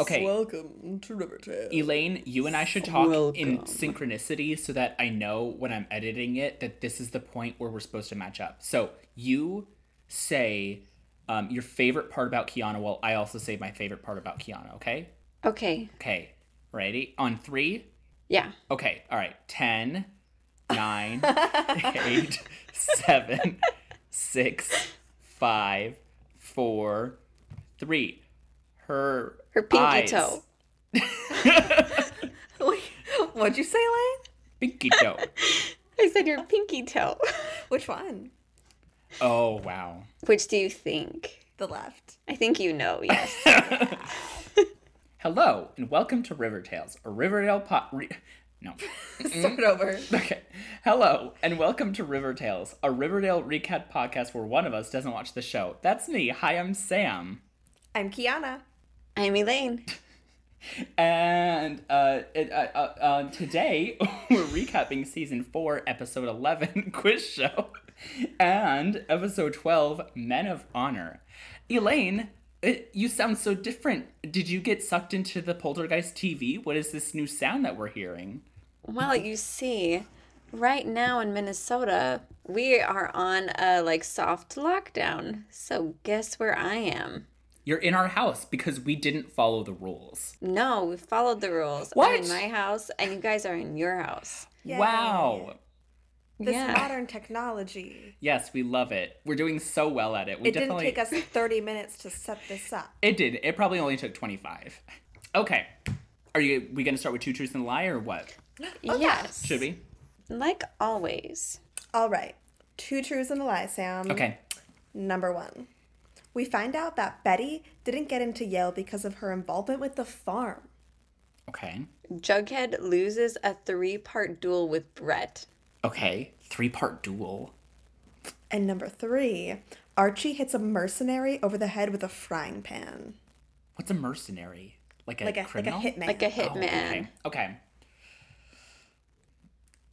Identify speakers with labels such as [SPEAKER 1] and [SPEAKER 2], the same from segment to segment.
[SPEAKER 1] Okay.
[SPEAKER 2] Welcome to Rivertale.
[SPEAKER 1] Elaine, you and I should talk in
[SPEAKER 2] Welcome.
[SPEAKER 1] synchronicity so that I know when I'm editing it that this is the point where we're supposed to match up. So you say um, your favorite part about Kiana while I also say my favorite part about Kiana, okay?
[SPEAKER 3] Okay.
[SPEAKER 1] Okay. Ready? On three?
[SPEAKER 3] Yeah.
[SPEAKER 1] Okay. All right. Ten, nine, eight, seven, six, five, four, three. Her
[SPEAKER 3] Her pinky
[SPEAKER 1] eyes.
[SPEAKER 3] toe.
[SPEAKER 4] Wait, What'd you say, Lane?
[SPEAKER 1] Pinky toe.
[SPEAKER 3] I said your pinky toe.
[SPEAKER 4] Which one?
[SPEAKER 1] Oh wow.
[SPEAKER 3] Which do you think?
[SPEAKER 4] The left.
[SPEAKER 3] I think you know, yes.
[SPEAKER 1] Hello and welcome to River Tales, a Riverdale po Re- no. Mm-hmm.
[SPEAKER 4] Start over.
[SPEAKER 1] Okay. Hello and welcome to River Tales, a Riverdale recap podcast where one of us doesn't watch the show. That's me. Hi, I'm Sam.
[SPEAKER 4] I'm Kiana.
[SPEAKER 3] I'm Elaine.
[SPEAKER 1] And uh, it, uh, uh, uh, today we're recapping season four, episode eleven, quiz show, and episode twelve, Men of Honor. Elaine, it, you sound so different. Did you get sucked into the Poltergeist TV? What is this new sound that we're hearing?
[SPEAKER 3] Well, you see, right now in Minnesota, we are on a like soft lockdown. So guess where I am?
[SPEAKER 1] You're in our house because we didn't follow the rules.
[SPEAKER 3] No, we followed the rules. I'm
[SPEAKER 1] What?
[SPEAKER 3] in my house and you guys are in your house.
[SPEAKER 4] Yay.
[SPEAKER 1] Wow.
[SPEAKER 4] This
[SPEAKER 3] Yeah.
[SPEAKER 4] modern technology.
[SPEAKER 1] Yes, we love it. We're doing so well at it. We
[SPEAKER 4] It
[SPEAKER 1] definitely
[SPEAKER 4] didn't take us 30 minutes to set this up.
[SPEAKER 1] It did. It probably only took 25. Okay. Are you we going to start with two truths and a lie or what? Mm-hmm.
[SPEAKER 3] Yes.
[SPEAKER 1] Should we?
[SPEAKER 3] Like always.
[SPEAKER 4] All right. Two truths and a lie, Sam.
[SPEAKER 1] Okay.
[SPEAKER 4] Number one. We find out that Betty didn't get into Yale because of her involvement with the farm.
[SPEAKER 1] Okay.
[SPEAKER 3] Jughead loses a three part duel with Brett.
[SPEAKER 1] Okay. Three-part duel.
[SPEAKER 4] And number three, Archie hits a mercenary over the head with a frying pan.
[SPEAKER 1] What's a mercenary? Like a
[SPEAKER 4] Like a, like a
[SPEAKER 1] criminal?
[SPEAKER 4] hitman.
[SPEAKER 3] Like a
[SPEAKER 1] Oh,
[SPEAKER 3] hitman.
[SPEAKER 1] okay. Okay.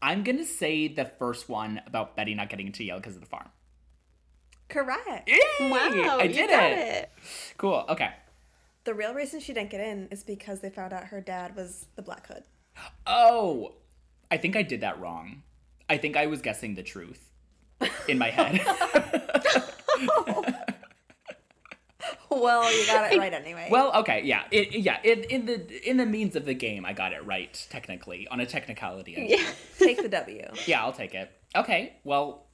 [SPEAKER 1] I'm going to say the first one about Betty not getting into Yale because of the farm.
[SPEAKER 4] Correct.
[SPEAKER 1] Yay!
[SPEAKER 3] Wow,
[SPEAKER 1] I
[SPEAKER 3] you
[SPEAKER 1] did
[SPEAKER 3] got
[SPEAKER 1] it. Cool. Okay.
[SPEAKER 4] The real reason she didn't get in is because they found out her dad was the Black Hood.
[SPEAKER 1] Oh, I think I did that wrong. I think I was guessing the truth in my head.
[SPEAKER 4] Well, you got it right anyway.
[SPEAKER 1] well, okay, yeah, it, yeah. In, in the in the means of the game, I got it right technically on a technicality. I-
[SPEAKER 3] Yeah.
[SPEAKER 4] Take the W.
[SPEAKER 1] yeah, I'll take it. Okay, well,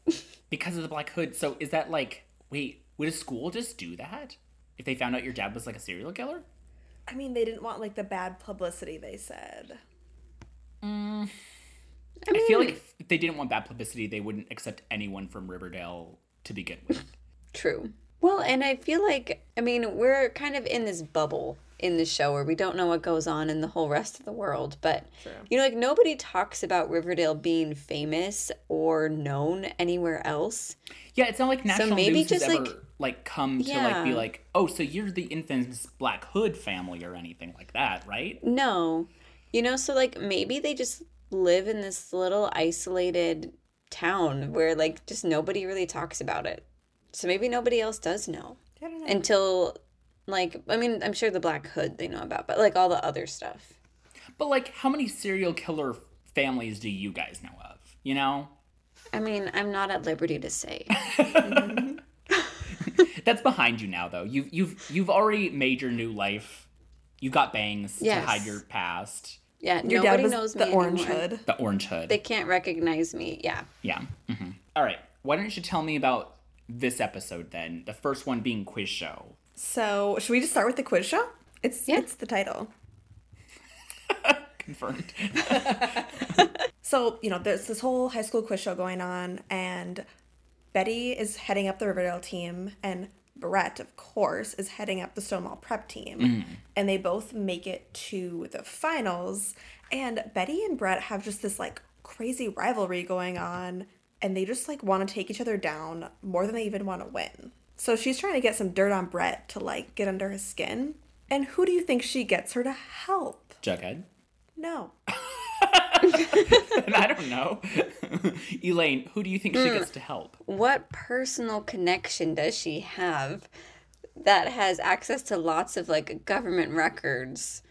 [SPEAKER 1] because of the black hood. So is that like wait? Would a school just do that if they found out your dad was like a serial killer?
[SPEAKER 4] I mean, they didn't want like the bad publicity. They said.
[SPEAKER 1] I, feel like if they didn't want bad publicity, they wouldn't accept anyone from Riverdale to begin with.
[SPEAKER 3] True. Well, and I feel like, I mean, we're kind of in this bubble in the show where we don't know what goes on in the whole rest of the world. But, you know, like nobody talks about Riverdale being famous or known anywhere else.
[SPEAKER 1] Yeah, it's not like national
[SPEAKER 3] maybe
[SPEAKER 1] news has
[SPEAKER 3] just,
[SPEAKER 1] ever
[SPEAKER 3] like-
[SPEAKER 1] like come to like be
[SPEAKER 3] Yeah.
[SPEAKER 1] like, oh, so you're the infamous Black Hood family or anything like that, right?
[SPEAKER 3] No. You know, so like maybe they just live in this little isolated town where like just nobody really talks about it. So maybe nobody else does know
[SPEAKER 4] I don't know.
[SPEAKER 3] until like I mean, I'm sure the Black Hood they know about, but like all the other stuff.
[SPEAKER 1] But like, how many serial killer families do you guys know of? You know,
[SPEAKER 3] I mean, I'm not at liberty to say.
[SPEAKER 1] that's behind you now, though. You've you've you've already made your new life. You got bangs to
[SPEAKER 3] Yes.
[SPEAKER 1] hide your past.
[SPEAKER 3] Yeah,
[SPEAKER 4] Your
[SPEAKER 3] nobody
[SPEAKER 4] dad was
[SPEAKER 3] knows
[SPEAKER 4] the
[SPEAKER 3] me
[SPEAKER 4] Orange
[SPEAKER 3] anymore.
[SPEAKER 4] Hood.
[SPEAKER 1] The orange hood.
[SPEAKER 3] They can't recognize me. Yeah.
[SPEAKER 1] Yeah. hmm All right. Why don't you tell me about this episode then? The first one being quiz show.
[SPEAKER 4] So should we just start with the quiz show? It's
[SPEAKER 3] Yeah.
[SPEAKER 4] it's the title.
[SPEAKER 1] Confirmed.
[SPEAKER 4] So you know, there's this whole high school quiz show going on, and Betty is heading up the Riverdale team, and Brett, of course, is heading up the Stonewall Prep team, and they both make it to the finals. And Betty and Brett have just this like crazy rivalry going on, and they just like want to take each other down more than they even want to win. So she's trying to get some dirt on Brett to like get under his skin. And who do you think she gets her to help?
[SPEAKER 1] Jughead.
[SPEAKER 4] No.
[SPEAKER 1] And I don't know.
[SPEAKER 3] Hmm.
[SPEAKER 1] Elaine, who do you think she gets to help?
[SPEAKER 3] What personal connection does she have that has access to lots of like government records.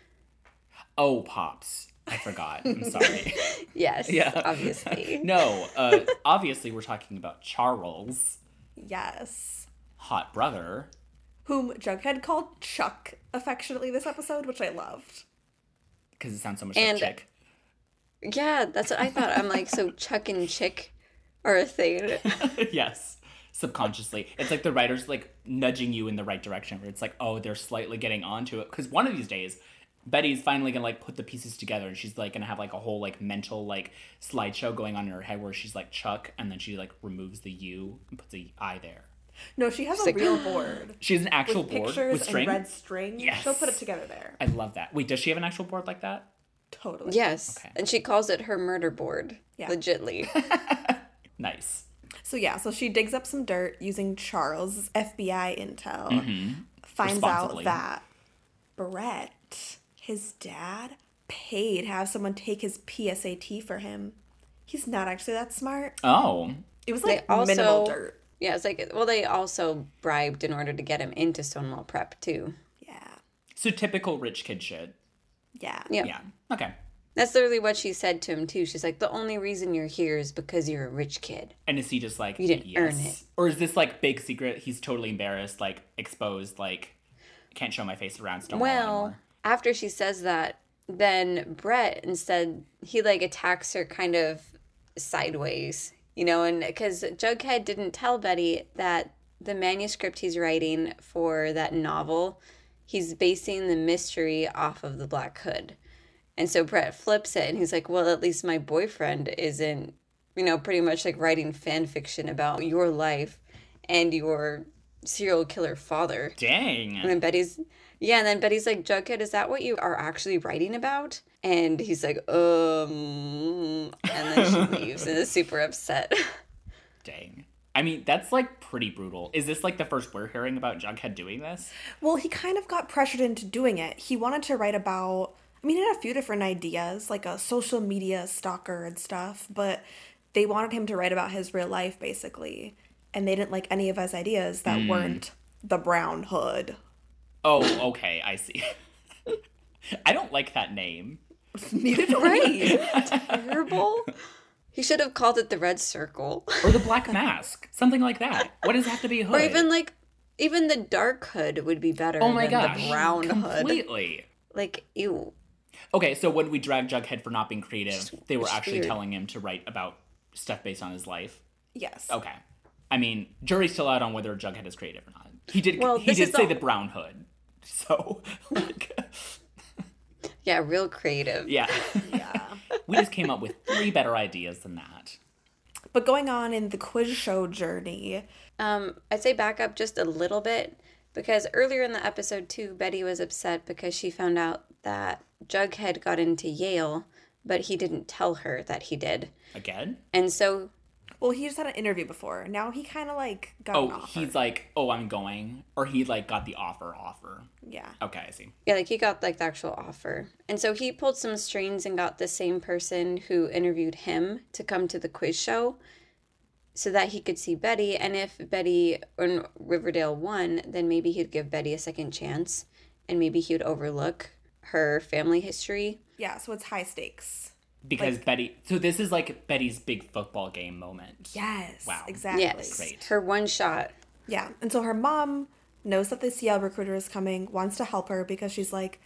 [SPEAKER 1] Oh, pops. I forgot. I'm sorry.
[SPEAKER 3] Yes,
[SPEAKER 1] Yeah.
[SPEAKER 3] obviously.
[SPEAKER 1] no, uh, obviously we're talking about Charles,
[SPEAKER 4] Yes.
[SPEAKER 1] hot brother.
[SPEAKER 4] Whom Jughead called Chuck affectionately this episode, which I loved.
[SPEAKER 1] Because it sounds so much
[SPEAKER 3] And-
[SPEAKER 1] like chick.
[SPEAKER 3] Yeah, that's what I thought. I'm like, so Chuck and Chick are a thing.
[SPEAKER 1] yes subconsciously it's like the writer's like nudging you in the right direction where it's like oh they're slightly getting onto it because one of these days betty's finally gonna like put the pieces together and she's like gonna have like a whole like mental like slideshow going on in her head where she's like chuck and then she like removes the u and puts the i there
[SPEAKER 4] No, she has a
[SPEAKER 3] like,
[SPEAKER 4] real board.
[SPEAKER 1] she has an actual
[SPEAKER 4] with
[SPEAKER 1] board
[SPEAKER 4] pictures
[SPEAKER 1] with string
[SPEAKER 4] and red string.
[SPEAKER 1] Yes.
[SPEAKER 4] She'll put it together there.
[SPEAKER 1] i love that wait does she have an actual board like that
[SPEAKER 4] Totally.
[SPEAKER 3] Yes.
[SPEAKER 1] Okay.
[SPEAKER 3] And she calls it her murder board.
[SPEAKER 4] Yeah.
[SPEAKER 3] Legitly.
[SPEAKER 1] nice
[SPEAKER 4] So yeah, so she digs up some dirt using Charles' FBI intel, finds out
[SPEAKER 1] Mm-hmm. Responsibly.
[SPEAKER 4] that Brett, his dad, paid to have someone take his PSAT for him. He's not actually that smart.
[SPEAKER 1] oh
[SPEAKER 4] It was
[SPEAKER 3] They
[SPEAKER 4] like minimal
[SPEAKER 3] also-
[SPEAKER 4] dirt.
[SPEAKER 3] Yeah, it's like, well, they also bribed in order to get him into Stonewall Prep, too.
[SPEAKER 4] Yeah.
[SPEAKER 1] so typical rich kid shit
[SPEAKER 4] Yeah.
[SPEAKER 3] Yeah.
[SPEAKER 1] yeah okay
[SPEAKER 3] That's literally what she said to him, too. She's like, the only reason you're here is because you're a rich kid.
[SPEAKER 1] And is he just like
[SPEAKER 3] You didn't
[SPEAKER 1] yes.
[SPEAKER 3] earn it.
[SPEAKER 1] Or is this like big secret? He's totally embarrassed, like exposed, like can't show my face around Stonewall
[SPEAKER 3] Well,
[SPEAKER 1] anymore.
[SPEAKER 3] after she says that, then Brett instead he like attacks her kind of sideways, you know, and because Jughead didn't tell Betty that the manuscript he's writing for that novel, he's basing the mystery off of the Black Hood. And so Brett flips it and he's like, well, at least my boyfriend isn't, you know, pretty much like writing fan fiction about your life and your serial killer father. And
[SPEAKER 1] Dang.
[SPEAKER 3] then Betty's, yeah, and then Betty's like, Jughead, is that what you are actually writing about? And he's like, um, and then she leaves and is super upset.
[SPEAKER 1] Dang. I mean, that's like pretty brutal. Is this like the first we're hearing about Jughead doing this?
[SPEAKER 4] Well, he kind of got pressured into doing it. He wanted to write about, I mean, he had a few different ideas, like a social media stalker and stuff, but they wanted him to write about his real life, basically. And they didn't like any of his ideas that
[SPEAKER 1] Hmm.
[SPEAKER 4] weren't the Brown Hood.
[SPEAKER 1] Oh, okay, I see. I don't like that name.
[SPEAKER 4] Neither do
[SPEAKER 3] Right. Terrible. He should have called it the Red Circle.
[SPEAKER 1] Or the Black Mask. Something like that. What does it have to be a hood?
[SPEAKER 3] Or even like, even the Dark Hood would be better
[SPEAKER 1] Oh my
[SPEAKER 3] than
[SPEAKER 1] gosh.
[SPEAKER 3] the Brown Hood.
[SPEAKER 1] Completely.
[SPEAKER 3] Like, ew.
[SPEAKER 1] Okay, so when we drag Jughead for not being creative, they were
[SPEAKER 3] it's
[SPEAKER 1] actually
[SPEAKER 3] weird.
[SPEAKER 1] telling him to write about stuff based on his life.
[SPEAKER 4] Yes.
[SPEAKER 1] Okay. I mean, jury's still out on whether Jughead is creative or not. He did.
[SPEAKER 3] Well,
[SPEAKER 1] he
[SPEAKER 3] this
[SPEAKER 1] did
[SPEAKER 3] is
[SPEAKER 1] say
[SPEAKER 3] the-
[SPEAKER 1] the brown hood. So, like,
[SPEAKER 3] Yeah, real creative.
[SPEAKER 1] yeah,
[SPEAKER 4] Yeah.
[SPEAKER 1] we just came up with three better ideas than that.
[SPEAKER 4] but going on in the quiz show journey,
[SPEAKER 3] Um, I'd say back up just a little bit because earlier in the episode too, Betty was upset because she found out that Jughead got into Yale, but he didn't tell her that he did.
[SPEAKER 1] Again.
[SPEAKER 3] And so,
[SPEAKER 4] well, he just had an interview before. Now he kind of like got an
[SPEAKER 1] Oh,
[SPEAKER 4] offer.
[SPEAKER 1] he's like, oh, I'm going, or he like got the offer. Offer.
[SPEAKER 4] yeah.
[SPEAKER 1] Okay, I see.
[SPEAKER 3] yeah, like he got like the actual offer. And so he pulled some strings and got the same person who interviewed him to come to the quiz show so that he could see Betty. And if Betty and Riverdale won, then maybe he'd give Betty a second chance and maybe he would overlook her family history
[SPEAKER 4] Yeah. So it's high stakes.
[SPEAKER 1] Because Betty. So this is like Betty's big football game moment.
[SPEAKER 4] Yes.
[SPEAKER 1] Wow.
[SPEAKER 4] Exactly.
[SPEAKER 3] Yes.
[SPEAKER 1] Great.
[SPEAKER 3] Her one shot.
[SPEAKER 4] Yeah. And so her mom knows that the CL recruiter is coming, wants to help her because she's like,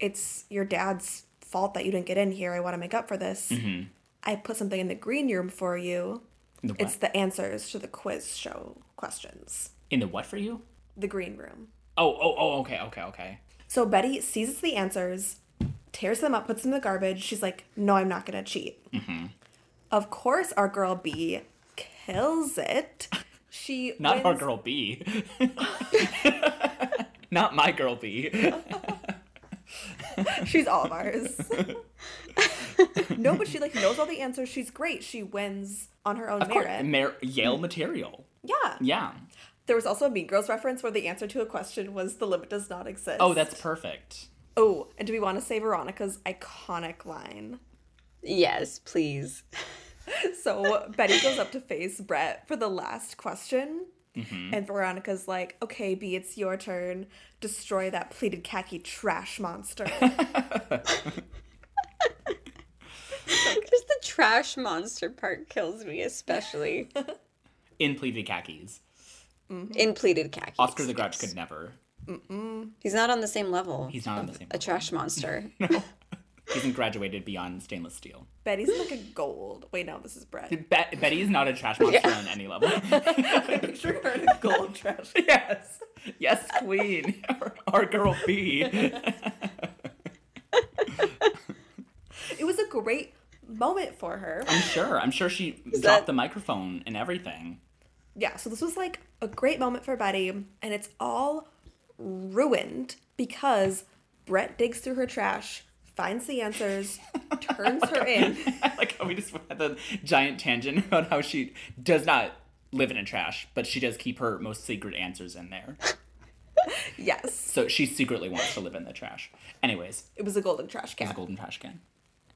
[SPEAKER 4] it's your dad's fault that you didn't get in here. I want to make up for this.
[SPEAKER 1] Mm-hmm.
[SPEAKER 4] I put something in the green room for you.
[SPEAKER 1] In the what?
[SPEAKER 4] It's the answers to the quiz show questions.
[SPEAKER 1] In the what for you?
[SPEAKER 4] The green room.
[SPEAKER 1] Oh, oh, oh. Okay, okay, okay.
[SPEAKER 4] So Betty seizes the answers, tears them up, puts them in the garbage. She's like, no, I'm not going to cheat.
[SPEAKER 1] Mm-hmm.
[SPEAKER 4] Of course, our girl B kills it. She
[SPEAKER 1] Not our
[SPEAKER 4] wins-
[SPEAKER 1] girl B. Not my girl B.
[SPEAKER 4] She's all of ours. no, but she like knows all the answers. She's great. She wins on her own
[SPEAKER 1] Of course,
[SPEAKER 4] merit.
[SPEAKER 1] Mer- Yale material.
[SPEAKER 4] yeah.
[SPEAKER 1] Yeah.
[SPEAKER 4] There was also a Mean Girls reference where the answer to a question was the limit does not exist.
[SPEAKER 1] Oh, that's perfect.
[SPEAKER 4] Oh, and do we want to say Veronica's iconic line?
[SPEAKER 3] Yes, please.
[SPEAKER 4] So Betty goes up to face Brett for the last question.
[SPEAKER 1] Mm-hmm.
[SPEAKER 4] And Veronica's like, okay, B, it's your turn. Destroy that pleated khaki trash monster.
[SPEAKER 3] Just the trash monster part kills me, especially
[SPEAKER 1] in pleated khakis.
[SPEAKER 3] in pleated khakis.
[SPEAKER 1] Oscar the Grouch could never.
[SPEAKER 3] He's not on the same level.
[SPEAKER 1] He's not on the same.
[SPEAKER 3] a trash monster.
[SPEAKER 1] He hasn't graduated beyond stainless steel.
[SPEAKER 4] Betty's like a gold. Wait, no, this is Brett.
[SPEAKER 1] Be- Betty is not a trash monster on any level.
[SPEAKER 4] Picture her in a gold trash.
[SPEAKER 1] yes, yes, Queen, our, our girl B.
[SPEAKER 4] It was a great moment for her.
[SPEAKER 1] I'm sure. I'm sure she dropped
[SPEAKER 3] that-
[SPEAKER 1] the microphone and everything.
[SPEAKER 4] Yeah, so this was like a great moment for Betty, and it's all ruined because Brett digs through her trash, finds the answers, turns her in.
[SPEAKER 1] I like how we just had the giant tangent about how she does not live in a trash, but she does keep her most secret answers in there.
[SPEAKER 4] Yes,
[SPEAKER 1] So she secretly wants to live in the trash. Anyways,
[SPEAKER 4] it was a golden trash
[SPEAKER 1] the
[SPEAKER 4] can.
[SPEAKER 1] golden trash can.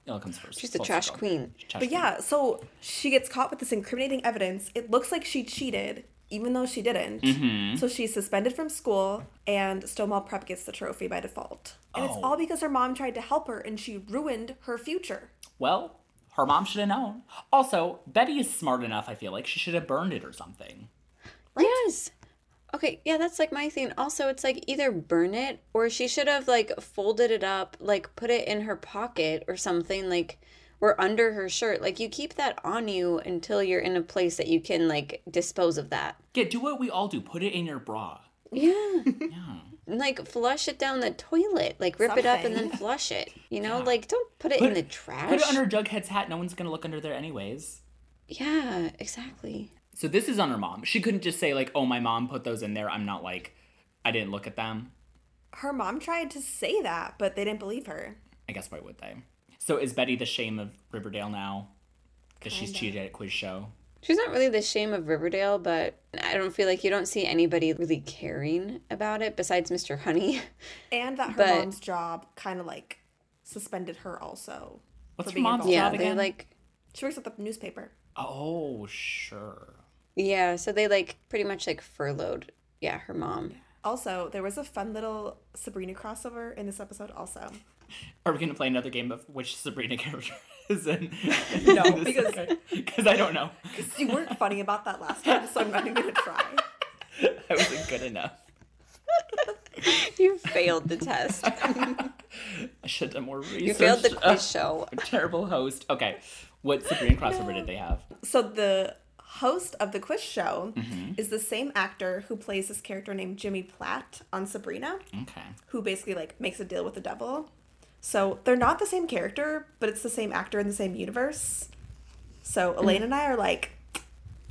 [SPEAKER 1] It all comes first.
[SPEAKER 3] She's the
[SPEAKER 1] Full
[SPEAKER 3] trash
[SPEAKER 1] circle.
[SPEAKER 3] queen.
[SPEAKER 1] Trash
[SPEAKER 4] But
[SPEAKER 1] queen.
[SPEAKER 4] yeah, so she gets caught with this incriminating evidence. It looks like she cheated, even though she didn't. So she's suspended from school, and Stonewall Prep gets the trophy by default. And it's
[SPEAKER 1] Oh.
[SPEAKER 4] all because her mom tried to help her, and she ruined her future.
[SPEAKER 1] Well, her mom should have known. Also, Betty is smart enough, I feel like. She should have burned it or something.
[SPEAKER 3] Yes. Okay, yeah, that's like my thing. Also, it's like either burn it or she should have like folded it up, like put it in her pocket or something, like or under her shirt. Like you keep that on you until you're in a place that you can like dispose of that.
[SPEAKER 1] Yeah, do what we all do. Put it in your bra.
[SPEAKER 3] Yeah.
[SPEAKER 1] Yeah.
[SPEAKER 3] And, like flush it down the toilet. Like rip it up and then flush it. You know, like don't put it in the trash.
[SPEAKER 1] Put it under Jughead's hat. No one's going to look under there anyways.
[SPEAKER 3] Yeah, exactly.
[SPEAKER 1] So this is on her mom. She couldn't just say, like, oh, my mom put those in there. I'm not like, I didn't look at them.
[SPEAKER 4] Her mom tried to say that, but they didn't believe her.
[SPEAKER 1] I guess why would they? So is Betty the shame of Riverdale now? Because she's cheated at a quiz show.
[SPEAKER 3] She's not really the shame of Riverdale, but I don't feel like you don't see anybody really caring about it besides Mr. Honey.
[SPEAKER 4] And that her
[SPEAKER 3] But-
[SPEAKER 4] mom's job kind of like suspended her also.
[SPEAKER 1] What's
[SPEAKER 4] for
[SPEAKER 1] your
[SPEAKER 4] being
[SPEAKER 1] mom's
[SPEAKER 4] involved.
[SPEAKER 3] Yeah,
[SPEAKER 1] job
[SPEAKER 3] they
[SPEAKER 1] again?
[SPEAKER 3] like
[SPEAKER 4] She works at the newspaper.
[SPEAKER 1] Oh, sure.
[SPEAKER 3] yeah, so they like pretty much like furloughed yeah, her mom.
[SPEAKER 4] Also, there was a fun little Sabrina crossover in this episode also.
[SPEAKER 1] Are we going to play another game of which Sabrina character is in?
[SPEAKER 4] No, because-
[SPEAKER 1] because I don't know.
[SPEAKER 4] You weren't funny about that last time, so I'm not even gonna try.
[SPEAKER 1] I wasn't good enough.
[SPEAKER 3] You failed the test.
[SPEAKER 1] I should have done more research.
[SPEAKER 3] you failed the
[SPEAKER 1] Ugh,
[SPEAKER 3] quiz show.
[SPEAKER 1] I'm a terrible host. Okay, what Sabrina crossover did they have?
[SPEAKER 4] So the host of the quiz show
[SPEAKER 1] Mm-hmm.
[SPEAKER 4] is the same actor who plays this character named Jimmy Platt on Sabrina,
[SPEAKER 1] Okay.
[SPEAKER 4] who basically like makes a deal with the devil. So they're not the same character, but it's the same actor in the same universe. So
[SPEAKER 1] Mm-hmm.
[SPEAKER 4] Elaine and I are like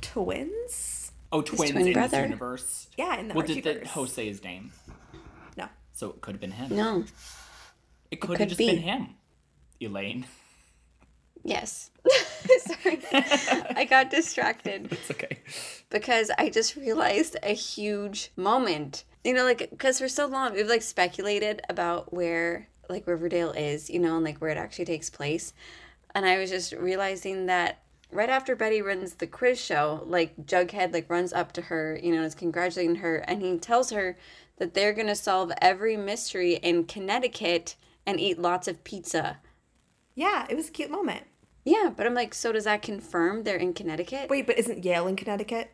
[SPEAKER 4] twins.
[SPEAKER 1] Oh, twins
[SPEAKER 3] twin
[SPEAKER 1] in this
[SPEAKER 3] brother.
[SPEAKER 1] universe.
[SPEAKER 4] Yeah, in the
[SPEAKER 1] Well, did the
[SPEAKER 4] Archieverse.
[SPEAKER 1] host say his name?
[SPEAKER 4] No.
[SPEAKER 1] So it could have been him.
[SPEAKER 3] No.
[SPEAKER 1] it could have
[SPEAKER 3] could
[SPEAKER 1] just
[SPEAKER 3] be.
[SPEAKER 1] been him. Elaine.
[SPEAKER 3] Yes. Sorry. I got distracted.
[SPEAKER 1] It's okay.
[SPEAKER 3] because I just realized a huge moment. You know, like, because for so long we've like speculated about where like Riverdale is, you know, and like where it actually takes place. And I was just realizing that right after Betty runs the quiz show, like Jughead like runs up to her, you know, and is congratulating her, and he tells her that they're gonna solve every mystery in Connecticut and eat lots of pizza.
[SPEAKER 4] Yeah, it was a cute moment.
[SPEAKER 3] Yeah, but I'm like, so does that confirm they're in Connecticut?
[SPEAKER 4] Wait, but isn't Yale in Connecticut?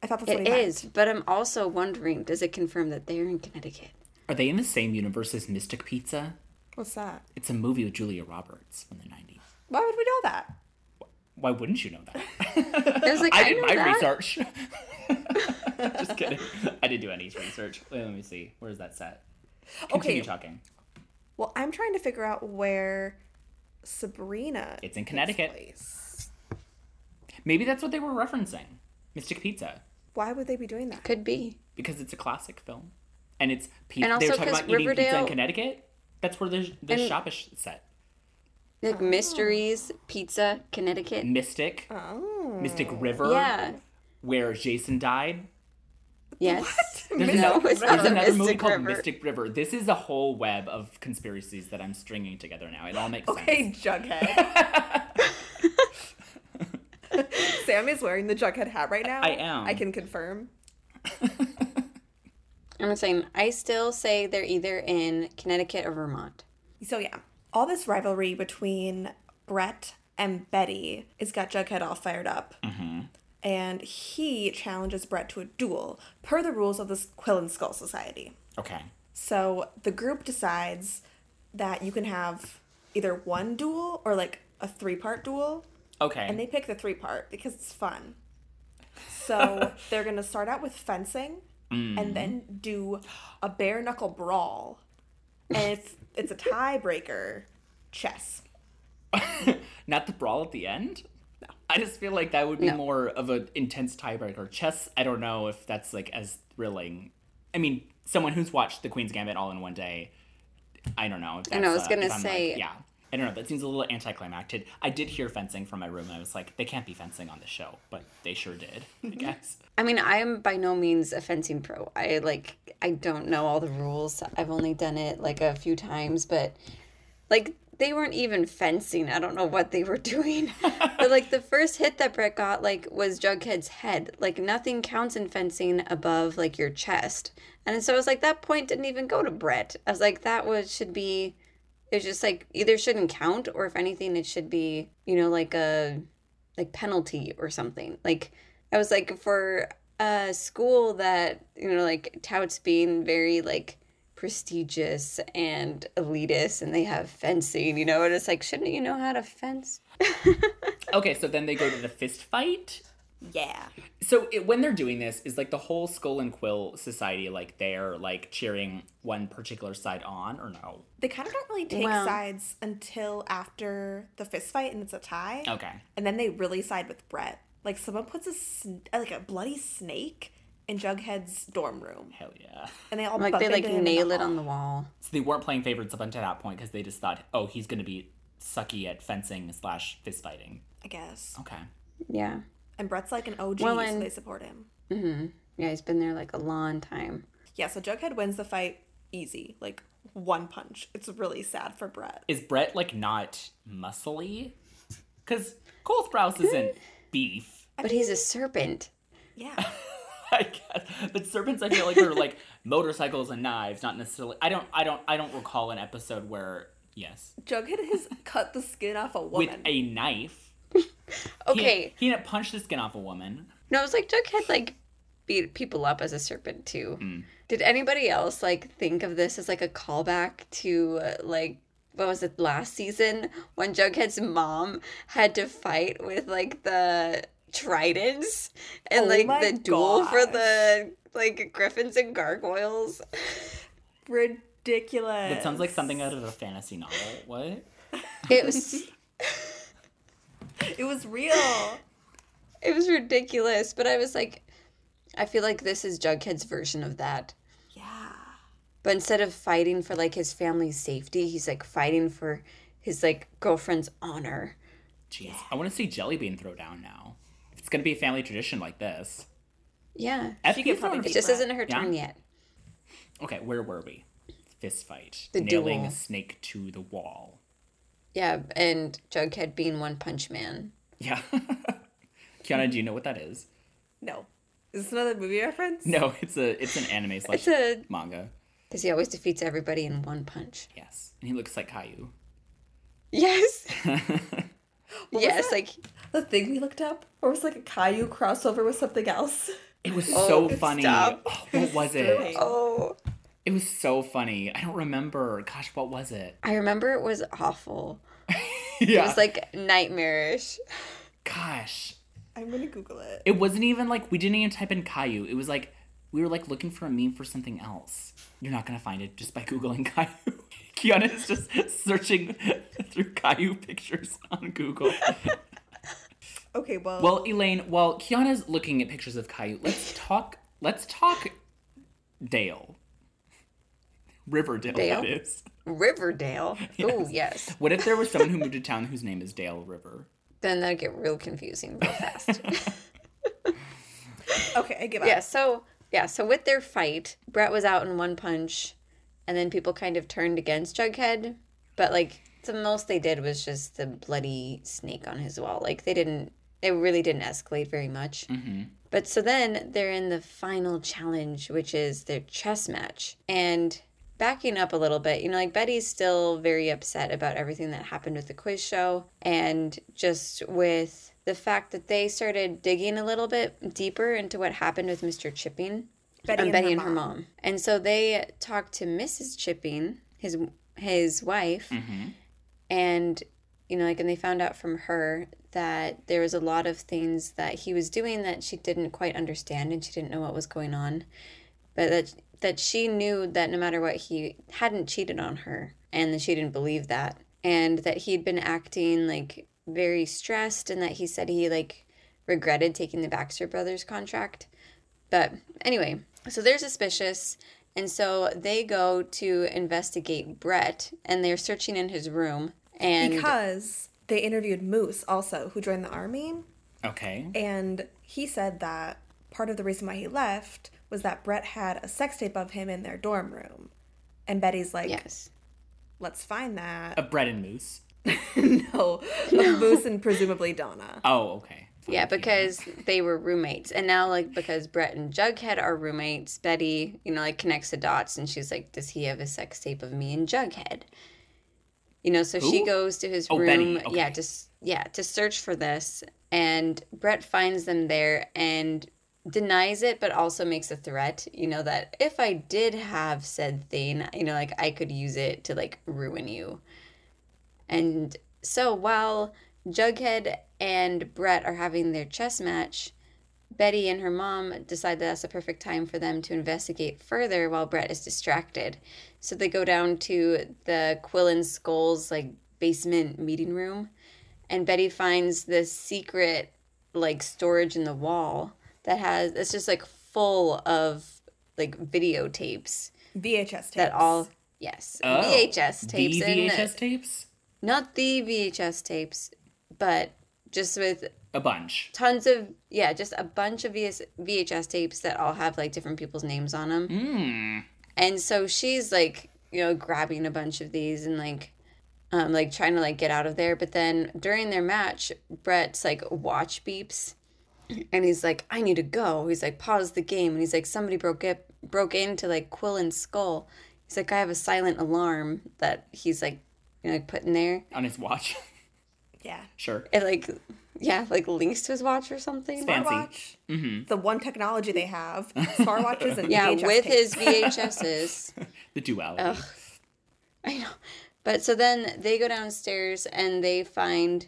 [SPEAKER 4] I thought that's what
[SPEAKER 3] It
[SPEAKER 4] he meant.
[SPEAKER 3] is, but I'm also wondering, does it confirm that they're in Connecticut?
[SPEAKER 1] Are they in the same universe as Mystic Pizza?
[SPEAKER 4] What's that?
[SPEAKER 1] It's a movie with Julia Roberts from the 90s.
[SPEAKER 4] Why would we know that?
[SPEAKER 1] Why wouldn't you know that?
[SPEAKER 3] I was like,
[SPEAKER 1] I,
[SPEAKER 3] I,
[SPEAKER 1] did
[SPEAKER 3] know
[SPEAKER 1] my
[SPEAKER 3] that.
[SPEAKER 1] research. just kidding. I didn't do any research. Wait, let me see. Where is that set? Continue
[SPEAKER 4] Okay.
[SPEAKER 1] talking.
[SPEAKER 4] Well, I'm trying to figure out where Sabrina
[SPEAKER 1] It's in Connecticut.
[SPEAKER 4] is.
[SPEAKER 1] Maybe that's what they were referencing. Mystic Pizza.
[SPEAKER 4] Why would they be doing that?
[SPEAKER 3] Could be.
[SPEAKER 1] because it's a classic film, and it's pizza.
[SPEAKER 3] And
[SPEAKER 1] they were
[SPEAKER 3] also
[SPEAKER 1] talking
[SPEAKER 3] 'cause
[SPEAKER 1] about eating pizza in
[SPEAKER 3] Riverdale-
[SPEAKER 1] Connecticut. That's where the the
[SPEAKER 3] And-
[SPEAKER 1] shop is sh- set.
[SPEAKER 3] Like
[SPEAKER 1] Oh.
[SPEAKER 3] mysteries, pizza, Connecticut.
[SPEAKER 1] Mystic,
[SPEAKER 4] Oh.
[SPEAKER 1] Mystic River,
[SPEAKER 3] Yeah.
[SPEAKER 1] where Jason died.
[SPEAKER 3] Yes.
[SPEAKER 1] There's,
[SPEAKER 3] No,
[SPEAKER 1] another,
[SPEAKER 3] it's
[SPEAKER 1] there's
[SPEAKER 3] not the
[SPEAKER 1] another movie
[SPEAKER 3] Mystic
[SPEAKER 1] called
[SPEAKER 3] River.
[SPEAKER 1] Mystic River. This is a whole web of conspiracies that I'm stringing together now. It all makes
[SPEAKER 4] Okay,
[SPEAKER 1] sense.
[SPEAKER 4] Jughead. Sam is wearing the Jughead hat right now.
[SPEAKER 1] I am.
[SPEAKER 4] I can confirm.
[SPEAKER 3] I'm saying I still say they're either in Connecticut or Vermont.
[SPEAKER 4] So yeah, all this rivalry between Brett and Betty has got Jughead all fired up.
[SPEAKER 1] Mm-hmm.
[SPEAKER 4] And he challenges Brett to a duel per the rules of the Quill and Skull Society.
[SPEAKER 1] Okay.
[SPEAKER 4] So the group decides that you can have either one duel or like a three part duel.
[SPEAKER 1] Okay.
[SPEAKER 4] And they pick the three part because it's fun. So they're going to start out with fencing
[SPEAKER 3] Mm.
[SPEAKER 4] and then do a bare knuckle brawl. And it's, it's a tiebreaker chess.
[SPEAKER 1] Not the brawl at the end? I just feel like that would be more of an intense tiebreaker. Chess, I don't know if that's like as thrilling. I mean, someone who's watched The Queen's Gambit all in one day, I don't know. if
[SPEAKER 3] I know, I
[SPEAKER 1] that's, uh,
[SPEAKER 3] was gonna
[SPEAKER 1] if I'm, like,
[SPEAKER 3] say-
[SPEAKER 1] yeah. I don't know. That seems a little anticlimactic. I did hear fencing from my room. and I was like, they can't be fencing on the show, but they sure did. I
[SPEAKER 3] Mm-hmm.
[SPEAKER 1] guess.
[SPEAKER 3] I mean, I am by no means a fencing pro. I like I don't know all the rules. I've only done it like a few times, but like they weren't even fencing. I don't know what they were doing. but like the first hit that Brett got like was Jughead's head. Like nothing counts in fencing above like your chest. And so I was like that point didn't even go to Brett. I was like that was should be it was just like either shouldn't count or if anything it should be, you know, like a like penalty or something. Like I was like for a school that you know like touts being very like prestigious and elitist and they have fencing, you know, and it's like shouldn't you know how to fence?
[SPEAKER 1] Okay, so then they go to the fist fight.
[SPEAKER 4] Yeah.
[SPEAKER 1] so it, when they're doing this is like the whole skull and quill society like they're like cheering one particular side on or no
[SPEAKER 4] They kind of don't really take
[SPEAKER 3] Well-
[SPEAKER 4] sides until after the fist fight and it's a tie.
[SPEAKER 3] Oh.
[SPEAKER 1] okay
[SPEAKER 4] And then they really side with Brett. Like someone puts a sn- uh, like a bloody snake in Jughead's dorm room,
[SPEAKER 1] hell yeah
[SPEAKER 4] and they all
[SPEAKER 3] Like
[SPEAKER 4] bump
[SPEAKER 3] they like
[SPEAKER 4] into him in
[SPEAKER 3] nail
[SPEAKER 4] the
[SPEAKER 3] it on
[SPEAKER 4] hall.
[SPEAKER 3] the wall.
[SPEAKER 1] so they weren't playing favorites up until that point because they just thought oh he's gonna be sucky at fencing slash fist fighting
[SPEAKER 4] I guess.
[SPEAKER 1] okay
[SPEAKER 3] Yeah.
[SPEAKER 4] And Brett's like an OG,
[SPEAKER 3] Well,
[SPEAKER 4] so
[SPEAKER 3] and-
[SPEAKER 4] they support him.
[SPEAKER 3] Yeah, he's been there like a long time.
[SPEAKER 4] Yeah, so Jughead wins the fight easy, like one punch. It's really sad for Brett.
[SPEAKER 1] is brett like not muscly because cole sprouse isn't beef
[SPEAKER 3] But he's a serpent.
[SPEAKER 4] Yeah,
[SPEAKER 1] I guess. But serpents, I feel like are like motorcycles and knives, not necessarily. I don't, I don't, I don't recall an episode where yes,
[SPEAKER 4] Jughead has cut the skin off a
[SPEAKER 1] with
[SPEAKER 4] woman.
[SPEAKER 1] a knife. He-
[SPEAKER 3] Okay.
[SPEAKER 1] He didn't punch the skin off a woman.
[SPEAKER 3] No, it was like Jughead like beat people up as a serpent too. Did anybody else like think of this as like a callback to uh, like what was it last season when Jughead's mom had to fight with like the tridents and
[SPEAKER 4] Oh
[SPEAKER 3] like
[SPEAKER 4] my
[SPEAKER 3] the duel for
[SPEAKER 4] gosh.
[SPEAKER 3] the like griffins and gargoyles?
[SPEAKER 4] Ridiculous.
[SPEAKER 1] That sounds like something out of a fantasy novel. What?
[SPEAKER 3] It was
[SPEAKER 4] it was real.
[SPEAKER 3] it was ridiculous, but I was like I feel like this is Jughead's version of that.
[SPEAKER 4] yeah.
[SPEAKER 3] But instead of fighting for like his family's safety, he's like fighting for his like girlfriend's honor.
[SPEAKER 1] Jeez, I want to see Jellybean throw down now. If it's gonna be a family tradition like this.
[SPEAKER 3] Yeah.
[SPEAKER 1] F you throw
[SPEAKER 4] probably
[SPEAKER 3] It
[SPEAKER 1] down-
[SPEAKER 3] just
[SPEAKER 4] Brett.
[SPEAKER 3] isn't her
[SPEAKER 1] Yeah.
[SPEAKER 3] turn yet.
[SPEAKER 1] Okay, where were we? Fist fight.
[SPEAKER 3] The
[SPEAKER 1] Nailing
[SPEAKER 3] duel.
[SPEAKER 1] a snake to the wall.
[SPEAKER 3] Yeah, and Jughead being one punch man.
[SPEAKER 1] Yeah. Kiana, do you know what that is?
[SPEAKER 4] No. Is this another movie reference?
[SPEAKER 1] No, it's a it's an anime slash
[SPEAKER 3] It's a
[SPEAKER 1] manga.
[SPEAKER 3] because he always defeats everybody in one punch.
[SPEAKER 1] Yes, and he looks like Caillou.
[SPEAKER 3] Yes. yes, like
[SPEAKER 4] The thing we looked up, or was like a Caillou crossover with something else.
[SPEAKER 1] It was
[SPEAKER 3] Oh,
[SPEAKER 1] so funny.
[SPEAKER 3] stop.
[SPEAKER 1] Oh, what was it?
[SPEAKER 4] Stop.
[SPEAKER 3] oh
[SPEAKER 1] It was so funny. I don't remember. Gosh, what was it?
[SPEAKER 3] I remember it was awful.
[SPEAKER 1] Yeah.
[SPEAKER 3] It was like nightmarish.
[SPEAKER 1] gosh.
[SPEAKER 4] I'm gonna Google it.
[SPEAKER 1] It wasn't even like we didn't even type in Caillou. It was like we were like looking for a meme for something else. You're not gonna find it just by googling Caillou. Kiana is just searching through Caillou pictures on Google.
[SPEAKER 4] Okay, well,
[SPEAKER 1] well, Elaine, while Kiana's looking at pictures of Caillou, let's talk. Let's talk Dale. Riverdale, that
[SPEAKER 3] Dale?
[SPEAKER 1] is.
[SPEAKER 3] Riverdale. Oh yes.
[SPEAKER 1] What if there was someone who moved to town whose name is Dale River?
[SPEAKER 3] Then that'd get real confusing real fast.
[SPEAKER 4] okay, I give up.
[SPEAKER 3] yeah so yeah so with their fight brett was out in one punch and then people kind of turned against jughead but like the most they did was just the bloody snake on his wall like they didn't it really didn't escalate very much But so then they're in the final challenge, which is their chess match. And backing up a little bit, you know, like Betty's still very upset about everything that happened with the quiz show and just with the fact that they started digging a little bit deeper into what happened with Mr. Chipping.
[SPEAKER 4] Betty
[SPEAKER 3] um,
[SPEAKER 4] and
[SPEAKER 3] Betty
[SPEAKER 4] her
[SPEAKER 3] and her
[SPEAKER 4] mom.
[SPEAKER 3] mom. And so they talked to Mrs. Chipping, his his wife, and you know, like, and they found out from her that there was a lot of things that he was doing that she didn't quite understand, and she didn't know what was going on, but that that she knew that no matter what, he hadn't cheated on her, and that she didn't believe that, and that he'd been acting like very stressed, and that he said he like regretted taking the Baxter Brothers contract. But anyway, so they're suspicious. And so they go to investigate Brett and they're searching in his room. And
[SPEAKER 4] Because they interviewed Moose also, who joined the army,
[SPEAKER 1] Okay.
[SPEAKER 4] and he said that part of the reason why he left was that Brett had a sex tape of him in their dorm room. And Betty's like,
[SPEAKER 3] yes,
[SPEAKER 4] let's find that.
[SPEAKER 1] A bread and moose.
[SPEAKER 4] no, of Moose and presumably Donna.
[SPEAKER 1] Oh, okay. Fine.
[SPEAKER 3] yeah, because they were roommates. And now, like, because Brett and Jughead are roommates, Betty, you know, like connects the dots and she's like, Does he have a sex tape of me and Jughead? You know, so she
[SPEAKER 1] Who?
[SPEAKER 3] goes to his
[SPEAKER 1] Oh, Betty,
[SPEAKER 3] room. Yeah,
[SPEAKER 1] okay.
[SPEAKER 3] just yeah, to search for this. And Brett finds them there and denies it, but also makes a threat, you know, that if I did have said thing, you know, like I could use it to like ruin you. And so while Jughead and Brett are having their chess match, Betty and her mom decide that that's the perfect time for them to investigate further while Brett is distracted. So they go down to the Quill and Skull's like basement meeting room, and Betty finds this secret like storage in the wall that has it's just like full of like videotapes
[SPEAKER 4] VHS tapes.
[SPEAKER 3] that all yes
[SPEAKER 1] Oh,
[SPEAKER 3] VHS tapes
[SPEAKER 1] The
[SPEAKER 3] and-
[SPEAKER 1] VHS tapes?
[SPEAKER 3] not the VHS tapes, but just with
[SPEAKER 1] A bunch.
[SPEAKER 3] tons of yeah, just a bunch of VS, VHS tapes that all have like different people's names on them.
[SPEAKER 1] Mm.
[SPEAKER 3] And so she's like, you know, grabbing a bunch of these and like um like trying to like get out of there, but then during their match, Brett's like watch beeps and he's like, "I need to go." He's like, "Pause the game." And he's like, "Somebody broke it broke into like Quill and Skull." He's like, "I have a silent alarm that he's like, you know, like put in there."
[SPEAKER 1] On his watch.
[SPEAKER 4] Yeah.
[SPEAKER 1] sure.
[SPEAKER 3] it like yeah like links to his watch or something
[SPEAKER 1] Fancy.
[SPEAKER 4] Smartwatch, the one technology they have, smartwatches and
[SPEAKER 3] yeah
[SPEAKER 4] VHS
[SPEAKER 3] with
[SPEAKER 4] tapes.
[SPEAKER 3] his vhs's
[SPEAKER 1] The duality.
[SPEAKER 3] i know but so then they go downstairs and they find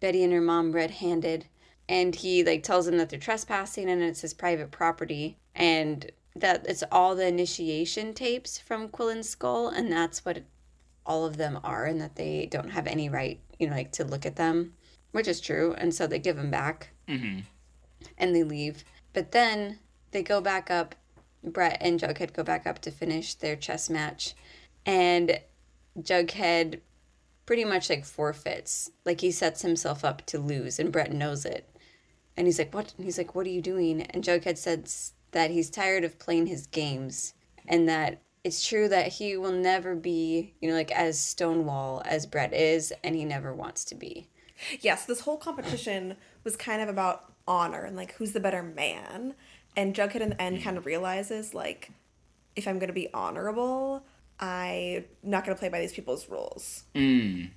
[SPEAKER 3] betty and her mom red-handed and he like tells them that they're trespassing and it's his private property and that it's all the initiation tapes from quill and skull and that's what all of them are and that they don't have any right you know like to look at them which is true and so they give them back and they leave. But then they go back up. Brett and Jughead go back up to finish their chess match, and Jughead pretty much like forfeits. Like he sets himself up to lose, and Brett knows it. And he's like, "What?" And he's like, "What are you doing?" And Jughead says that he's tired of playing his games, and that it's true that he will never be, you know, like as Stonewall as Brett is, and he never wants to be.
[SPEAKER 4] Yes, this whole competition was kind of about honor and like who's the better man. And Jughead in the end
[SPEAKER 3] Mm.
[SPEAKER 4] kind of realizes like if I'm gonna be honorable, I'm not gonna play by these people's rules.
[SPEAKER 3] Mm.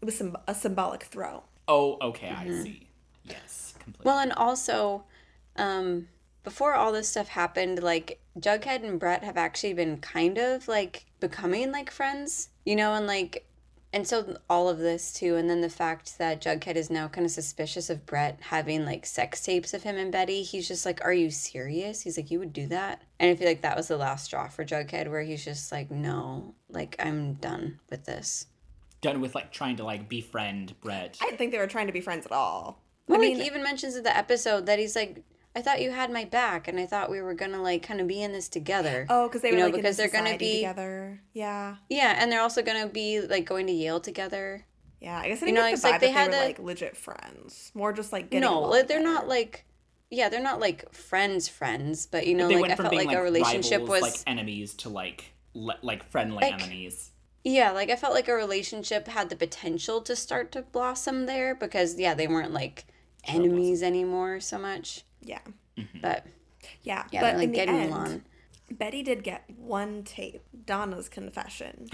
[SPEAKER 4] It was symb- a symbolic throw.
[SPEAKER 1] Oh, okay,
[SPEAKER 3] Mm-hmm.
[SPEAKER 1] I see. Yes, completely.
[SPEAKER 3] Well, and also, um, before all this stuff happened, like Jughead and Brett have actually been kind of like becoming like friends, you know, and like, and so all of this too, and then the fact that Jughead is now kind of suspicious of Brett having like sex tapes of him and Betty, he's just like, "Are you serious?" He's like, "You would do that," and I feel like that was the last straw for Jughead, where he's just like, "No, like I'm done with this."
[SPEAKER 1] Done with like trying to like befriend Brett.
[SPEAKER 4] I didn't think they were trying to be friends at all.
[SPEAKER 3] Well, like, he even mentions in the episode that he's like, I thought you had my back, and I thought we were gonna like kind of be in this together.
[SPEAKER 4] Oh, because they
[SPEAKER 3] You
[SPEAKER 4] were
[SPEAKER 3] know,
[SPEAKER 4] like
[SPEAKER 3] because
[SPEAKER 4] in
[SPEAKER 3] they're gonna
[SPEAKER 4] society
[SPEAKER 3] be-
[SPEAKER 4] together. Yeah.
[SPEAKER 3] yeah, and they're also gonna be like going to Yale together.
[SPEAKER 4] Yeah. I guess I didn't
[SPEAKER 3] know,
[SPEAKER 4] get
[SPEAKER 3] it's
[SPEAKER 4] the vibe
[SPEAKER 3] like they
[SPEAKER 4] that they
[SPEAKER 3] had
[SPEAKER 4] were
[SPEAKER 3] a-
[SPEAKER 4] like legit friends. More just like getting
[SPEAKER 3] No,
[SPEAKER 4] along
[SPEAKER 3] like, they're
[SPEAKER 4] together.
[SPEAKER 3] not like, yeah, they're not like friends, friends, but you know,
[SPEAKER 1] they
[SPEAKER 3] like
[SPEAKER 1] went
[SPEAKER 3] I
[SPEAKER 1] from
[SPEAKER 3] felt
[SPEAKER 1] being
[SPEAKER 3] like,
[SPEAKER 1] like,
[SPEAKER 3] a relationship
[SPEAKER 1] rivals,
[SPEAKER 3] was,
[SPEAKER 1] like eh. enemies to like le- like friendly enemies.
[SPEAKER 3] yeah, like I felt like a relationship had the potential to start to blossom there because yeah, they weren't like enemies anymore so much.
[SPEAKER 4] Yeah.
[SPEAKER 3] But
[SPEAKER 4] Yeah,
[SPEAKER 3] yeah,
[SPEAKER 4] but
[SPEAKER 3] they're like
[SPEAKER 4] in the
[SPEAKER 3] getting
[SPEAKER 4] end,
[SPEAKER 3] along.
[SPEAKER 4] Betty did get one tape, Donna's confession.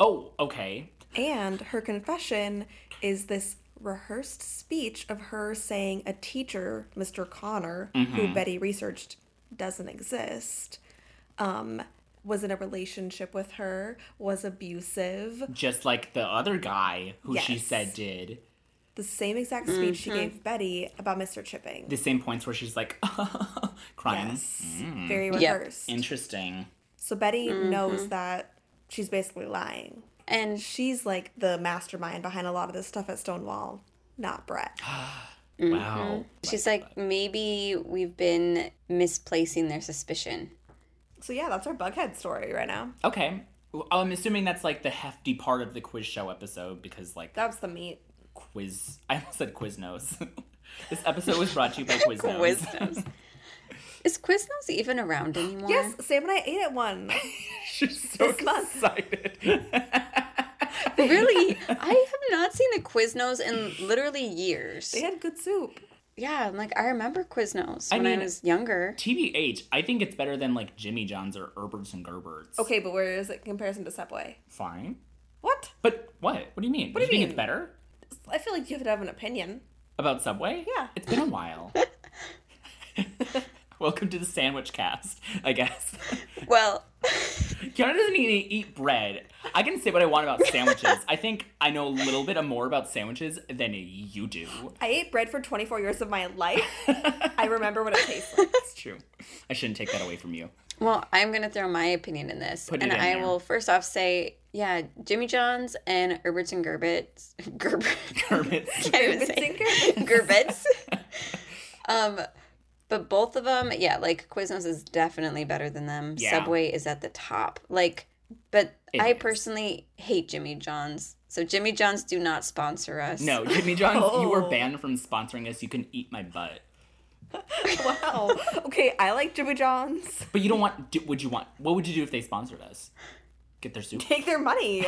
[SPEAKER 1] Oh, okay.
[SPEAKER 4] and her confession is this rehearsed speech of her saying a teacher, Mr. Connor, who Betty researched doesn't exist, um, was in a relationship with her, was abusive.
[SPEAKER 1] Just like the other guy who she
[SPEAKER 4] Yes.
[SPEAKER 1] said did.
[SPEAKER 4] The same exact speech she gave Betty about Mr. Chipping.
[SPEAKER 1] The same points where she's like crying.
[SPEAKER 4] yes. Very
[SPEAKER 3] Yep.
[SPEAKER 4] rehearsed.
[SPEAKER 1] Interesting.
[SPEAKER 4] So Betty knows that she's basically lying.
[SPEAKER 3] and
[SPEAKER 4] She's like the mastermind behind a lot of this stuff at Stonewall, not Brett. Mm-hmm.
[SPEAKER 1] Wow.
[SPEAKER 3] she's like, maybe we've been misplacing their suspicion.
[SPEAKER 4] So yeah, that's our Bughead story right now.
[SPEAKER 1] Okay. Well, I'm assuming that's like the hefty part of the quiz show episode because like
[SPEAKER 4] That was the meat.
[SPEAKER 1] quiz. I almost said Quiznos. this episode was brought to you by Quiznos.
[SPEAKER 3] Quiznos. Is Quiznos even around anymore?
[SPEAKER 4] Yes, Sam and I ate at one.
[SPEAKER 1] She's so
[SPEAKER 4] This month.
[SPEAKER 1] excited.
[SPEAKER 3] Really? I have not seen a Quiznos in literally years.
[SPEAKER 4] they had good soup.
[SPEAKER 3] Yeah, I'm like, I remember Quiznos
[SPEAKER 1] I
[SPEAKER 3] when
[SPEAKER 1] mean-
[SPEAKER 3] I was younger.
[SPEAKER 1] TBH, I think it's better than like Jimmy John's or Herberts and Gerberts.
[SPEAKER 4] Okay, but where is it in comparison to Subway?
[SPEAKER 1] Fine.
[SPEAKER 4] What?
[SPEAKER 1] But what? What do you mean? What
[SPEAKER 4] do you
[SPEAKER 1] think it's
[SPEAKER 4] mean?
[SPEAKER 1] better?
[SPEAKER 4] I feel like you have to have an opinion.
[SPEAKER 1] About Subway?
[SPEAKER 4] Yeah.
[SPEAKER 1] It's been a while. Welcome to the sandwich cast, I guess.
[SPEAKER 3] Well,
[SPEAKER 1] Kiana doesn't even eat bread. I can say what I want about sandwiches. I think I know a little bit more about sandwiches than you do.
[SPEAKER 4] I ate bread for 24 years of my life. I remember what it tastes like.
[SPEAKER 1] It's true. I shouldn't take that away from you.
[SPEAKER 3] well, I'm gonna throw my opinion in this,
[SPEAKER 1] Put it
[SPEAKER 3] and
[SPEAKER 1] in
[SPEAKER 3] I
[SPEAKER 1] there.
[SPEAKER 3] will first off say, yeah, Jimmy John's and Herberts and Gerbits, Gerber,
[SPEAKER 1] Herberts.
[SPEAKER 3] can't even
[SPEAKER 4] Gerberts
[SPEAKER 3] say
[SPEAKER 4] and
[SPEAKER 3] Gerbits. um, but both of them, yeah, like Quiznos is definitely better than them.
[SPEAKER 1] Yeah.
[SPEAKER 3] Subway is at the top, like, but
[SPEAKER 1] It
[SPEAKER 3] I
[SPEAKER 1] is.
[SPEAKER 3] personally hate Jimmy John's, so Jimmy John's do not sponsor us.
[SPEAKER 1] No, Jimmy John's, you were
[SPEAKER 4] Oh.
[SPEAKER 1] banned from sponsoring us. You can eat my butt.
[SPEAKER 4] Wow. Okay, I like Jimmy John's.
[SPEAKER 1] But you don't want, do, would you want, what would you do if they sponsored us? Get their soup?
[SPEAKER 4] Take their money.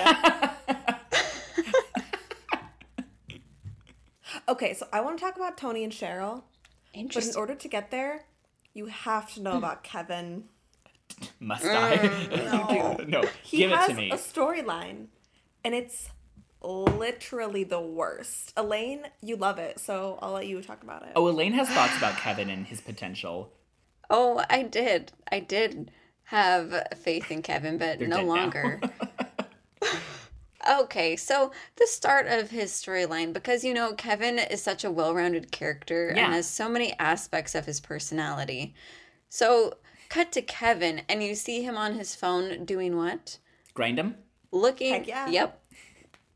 [SPEAKER 4] okay, so I want to talk about Tony and Cheryl. But in
[SPEAKER 3] interesting.
[SPEAKER 4] order to get there, you have
[SPEAKER 3] Hmm.
[SPEAKER 4] to know about Kevin.
[SPEAKER 1] Must I? no.
[SPEAKER 4] Mm, He
[SPEAKER 1] give
[SPEAKER 4] has
[SPEAKER 1] it to me.
[SPEAKER 4] a storyline, and it's literally the worst. Elaine, you love it, so I'll let you talk about it.
[SPEAKER 1] Oh, Elaine has thoughts about Kevin and his potential.
[SPEAKER 3] Oh, I did. I did have faith in Kevin, but
[SPEAKER 1] dead
[SPEAKER 3] no
[SPEAKER 1] now.
[SPEAKER 3] longer. okay, so the start of his storyline, because you know, Kevin is such a well rounded character
[SPEAKER 1] Yeah.
[SPEAKER 3] and has so many aspects of his personality. So, cut to Kevin, and you see him on his phone doing what?
[SPEAKER 1] Grind him?
[SPEAKER 3] Looking.
[SPEAKER 4] Heck yeah.
[SPEAKER 3] Yep.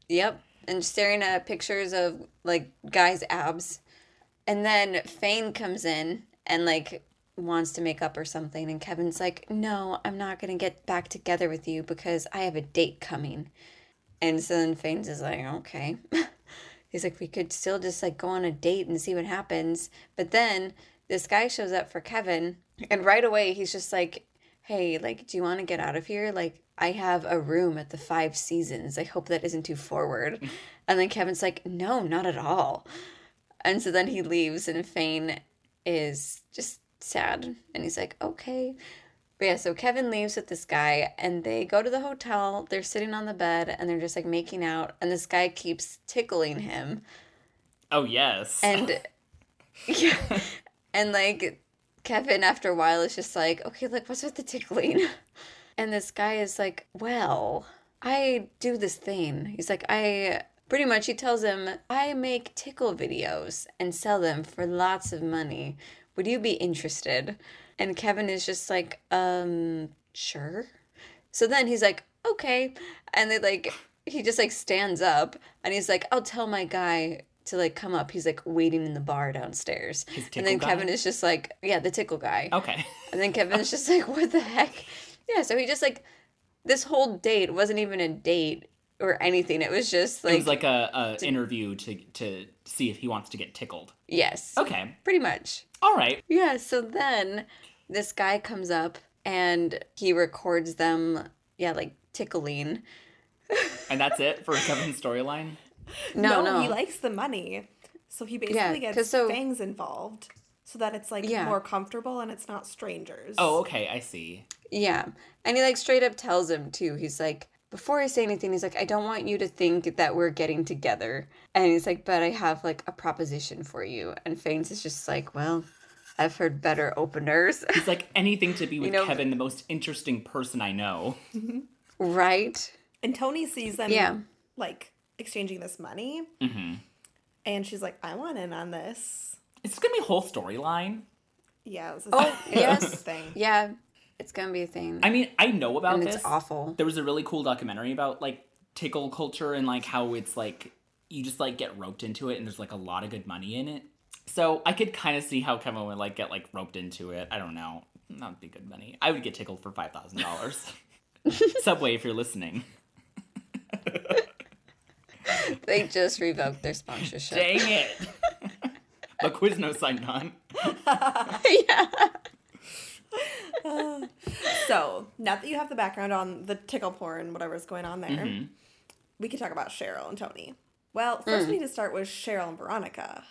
[SPEAKER 3] Yep. And staring at pictures of like guys' abs. And then Fane comes in and like wants to make up or something. And Kevin's like, no, I'm not going to get back together with you because I have a date coming. And so then Fane's is like, okay. He's like, we could still just like go on a date and see what happens. But then this guy shows up for Kevin. And right away, he's just like, hey, like, do you want to get out of here? Like, I have a room at the Five Seasons. I hope that isn't too forward. And then Kevin's like, no, not at all. And so then he leaves, and Fane is just sad. And he's like, okay. But yeah, so Kevin leaves with this guy, and they go to the hotel. They're sitting on the bed, and they're just like making out. And this guy keeps tickling him,
[SPEAKER 1] Oh, yes.
[SPEAKER 3] and yeah, and like Kevin, after a while, is just like, okay, like what's with the tickling? And this guy is like, well, I do this thing. He's like, I pretty much he tells him, I make tickle videos and sell them for lots of money. Would you be interested? And Kevin is just like, um, sure. So then he's like, okay. And they like, he just like stands up and he's like, I'll tell my guy to like come up. He's like waiting in the bar downstairs. And then
[SPEAKER 1] tickle guy?
[SPEAKER 3] Kevin is just like, yeah, the tickle guy.
[SPEAKER 1] okay.
[SPEAKER 3] And then Kevin's just like, what the heck? Yeah, so he just like, this whole date wasn't even a date or anything. It was just like,
[SPEAKER 1] it was like a, a interview to to see if he wants to get tickled.
[SPEAKER 3] yes,
[SPEAKER 1] Okay.
[SPEAKER 3] pretty much.
[SPEAKER 1] All right.
[SPEAKER 3] Yeah, so then this guy comes up and he records them, yeah, like tickling.
[SPEAKER 1] And that's it for Kevin's storyline.
[SPEAKER 3] No, no.
[SPEAKER 4] he likes the money. So he basically
[SPEAKER 3] Yeah, 'cause
[SPEAKER 4] gets
[SPEAKER 3] so-
[SPEAKER 4] Fangs involved. so that it's like
[SPEAKER 3] Yeah.
[SPEAKER 4] more comfortable and it's not strangers.
[SPEAKER 1] Oh, okay, I see.
[SPEAKER 3] Yeah. And he like straight up tells him too. He's like, before I say anything, he's like, I don't want you to think that we're getting together. And he's like, but I have like a proposition for you. And Fanes is just like, well, I've heard better openers.
[SPEAKER 1] It's like anything to be with
[SPEAKER 3] know-
[SPEAKER 1] Kevin, the most interesting person I know.
[SPEAKER 3] right?
[SPEAKER 4] And Tony sees them
[SPEAKER 3] Yeah.
[SPEAKER 4] like exchanging this money. Mm-hmm. And she's like, I want in on this.
[SPEAKER 1] It's gonna be a whole storyline.
[SPEAKER 4] Yeah. This is
[SPEAKER 3] Oh,
[SPEAKER 4] it's
[SPEAKER 3] yes.
[SPEAKER 4] this Thing.
[SPEAKER 3] Yeah. It's going to be a thing.
[SPEAKER 1] I mean, I know about
[SPEAKER 3] and
[SPEAKER 1] this.
[SPEAKER 3] it's awful.
[SPEAKER 1] There was a really cool documentary about like tickle culture and like how it's like you just like get roped into it and there's like a lot of good money in it. So I could kind of see how Kevin would like get like roped into it. I don't know. That would be good money. I would get tickled for five thousand dollars. Subway, if you're listening.
[SPEAKER 3] They just revoked their sponsorship.
[SPEAKER 1] Dang it. but Quizno signed on.
[SPEAKER 3] yeah.
[SPEAKER 4] So now that you have the background on the tickle porn, whatever's going on there, we can talk about Cheryl and Tony. Well, first
[SPEAKER 3] Hmm.
[SPEAKER 4] we need to start with Cheryl and Veronica.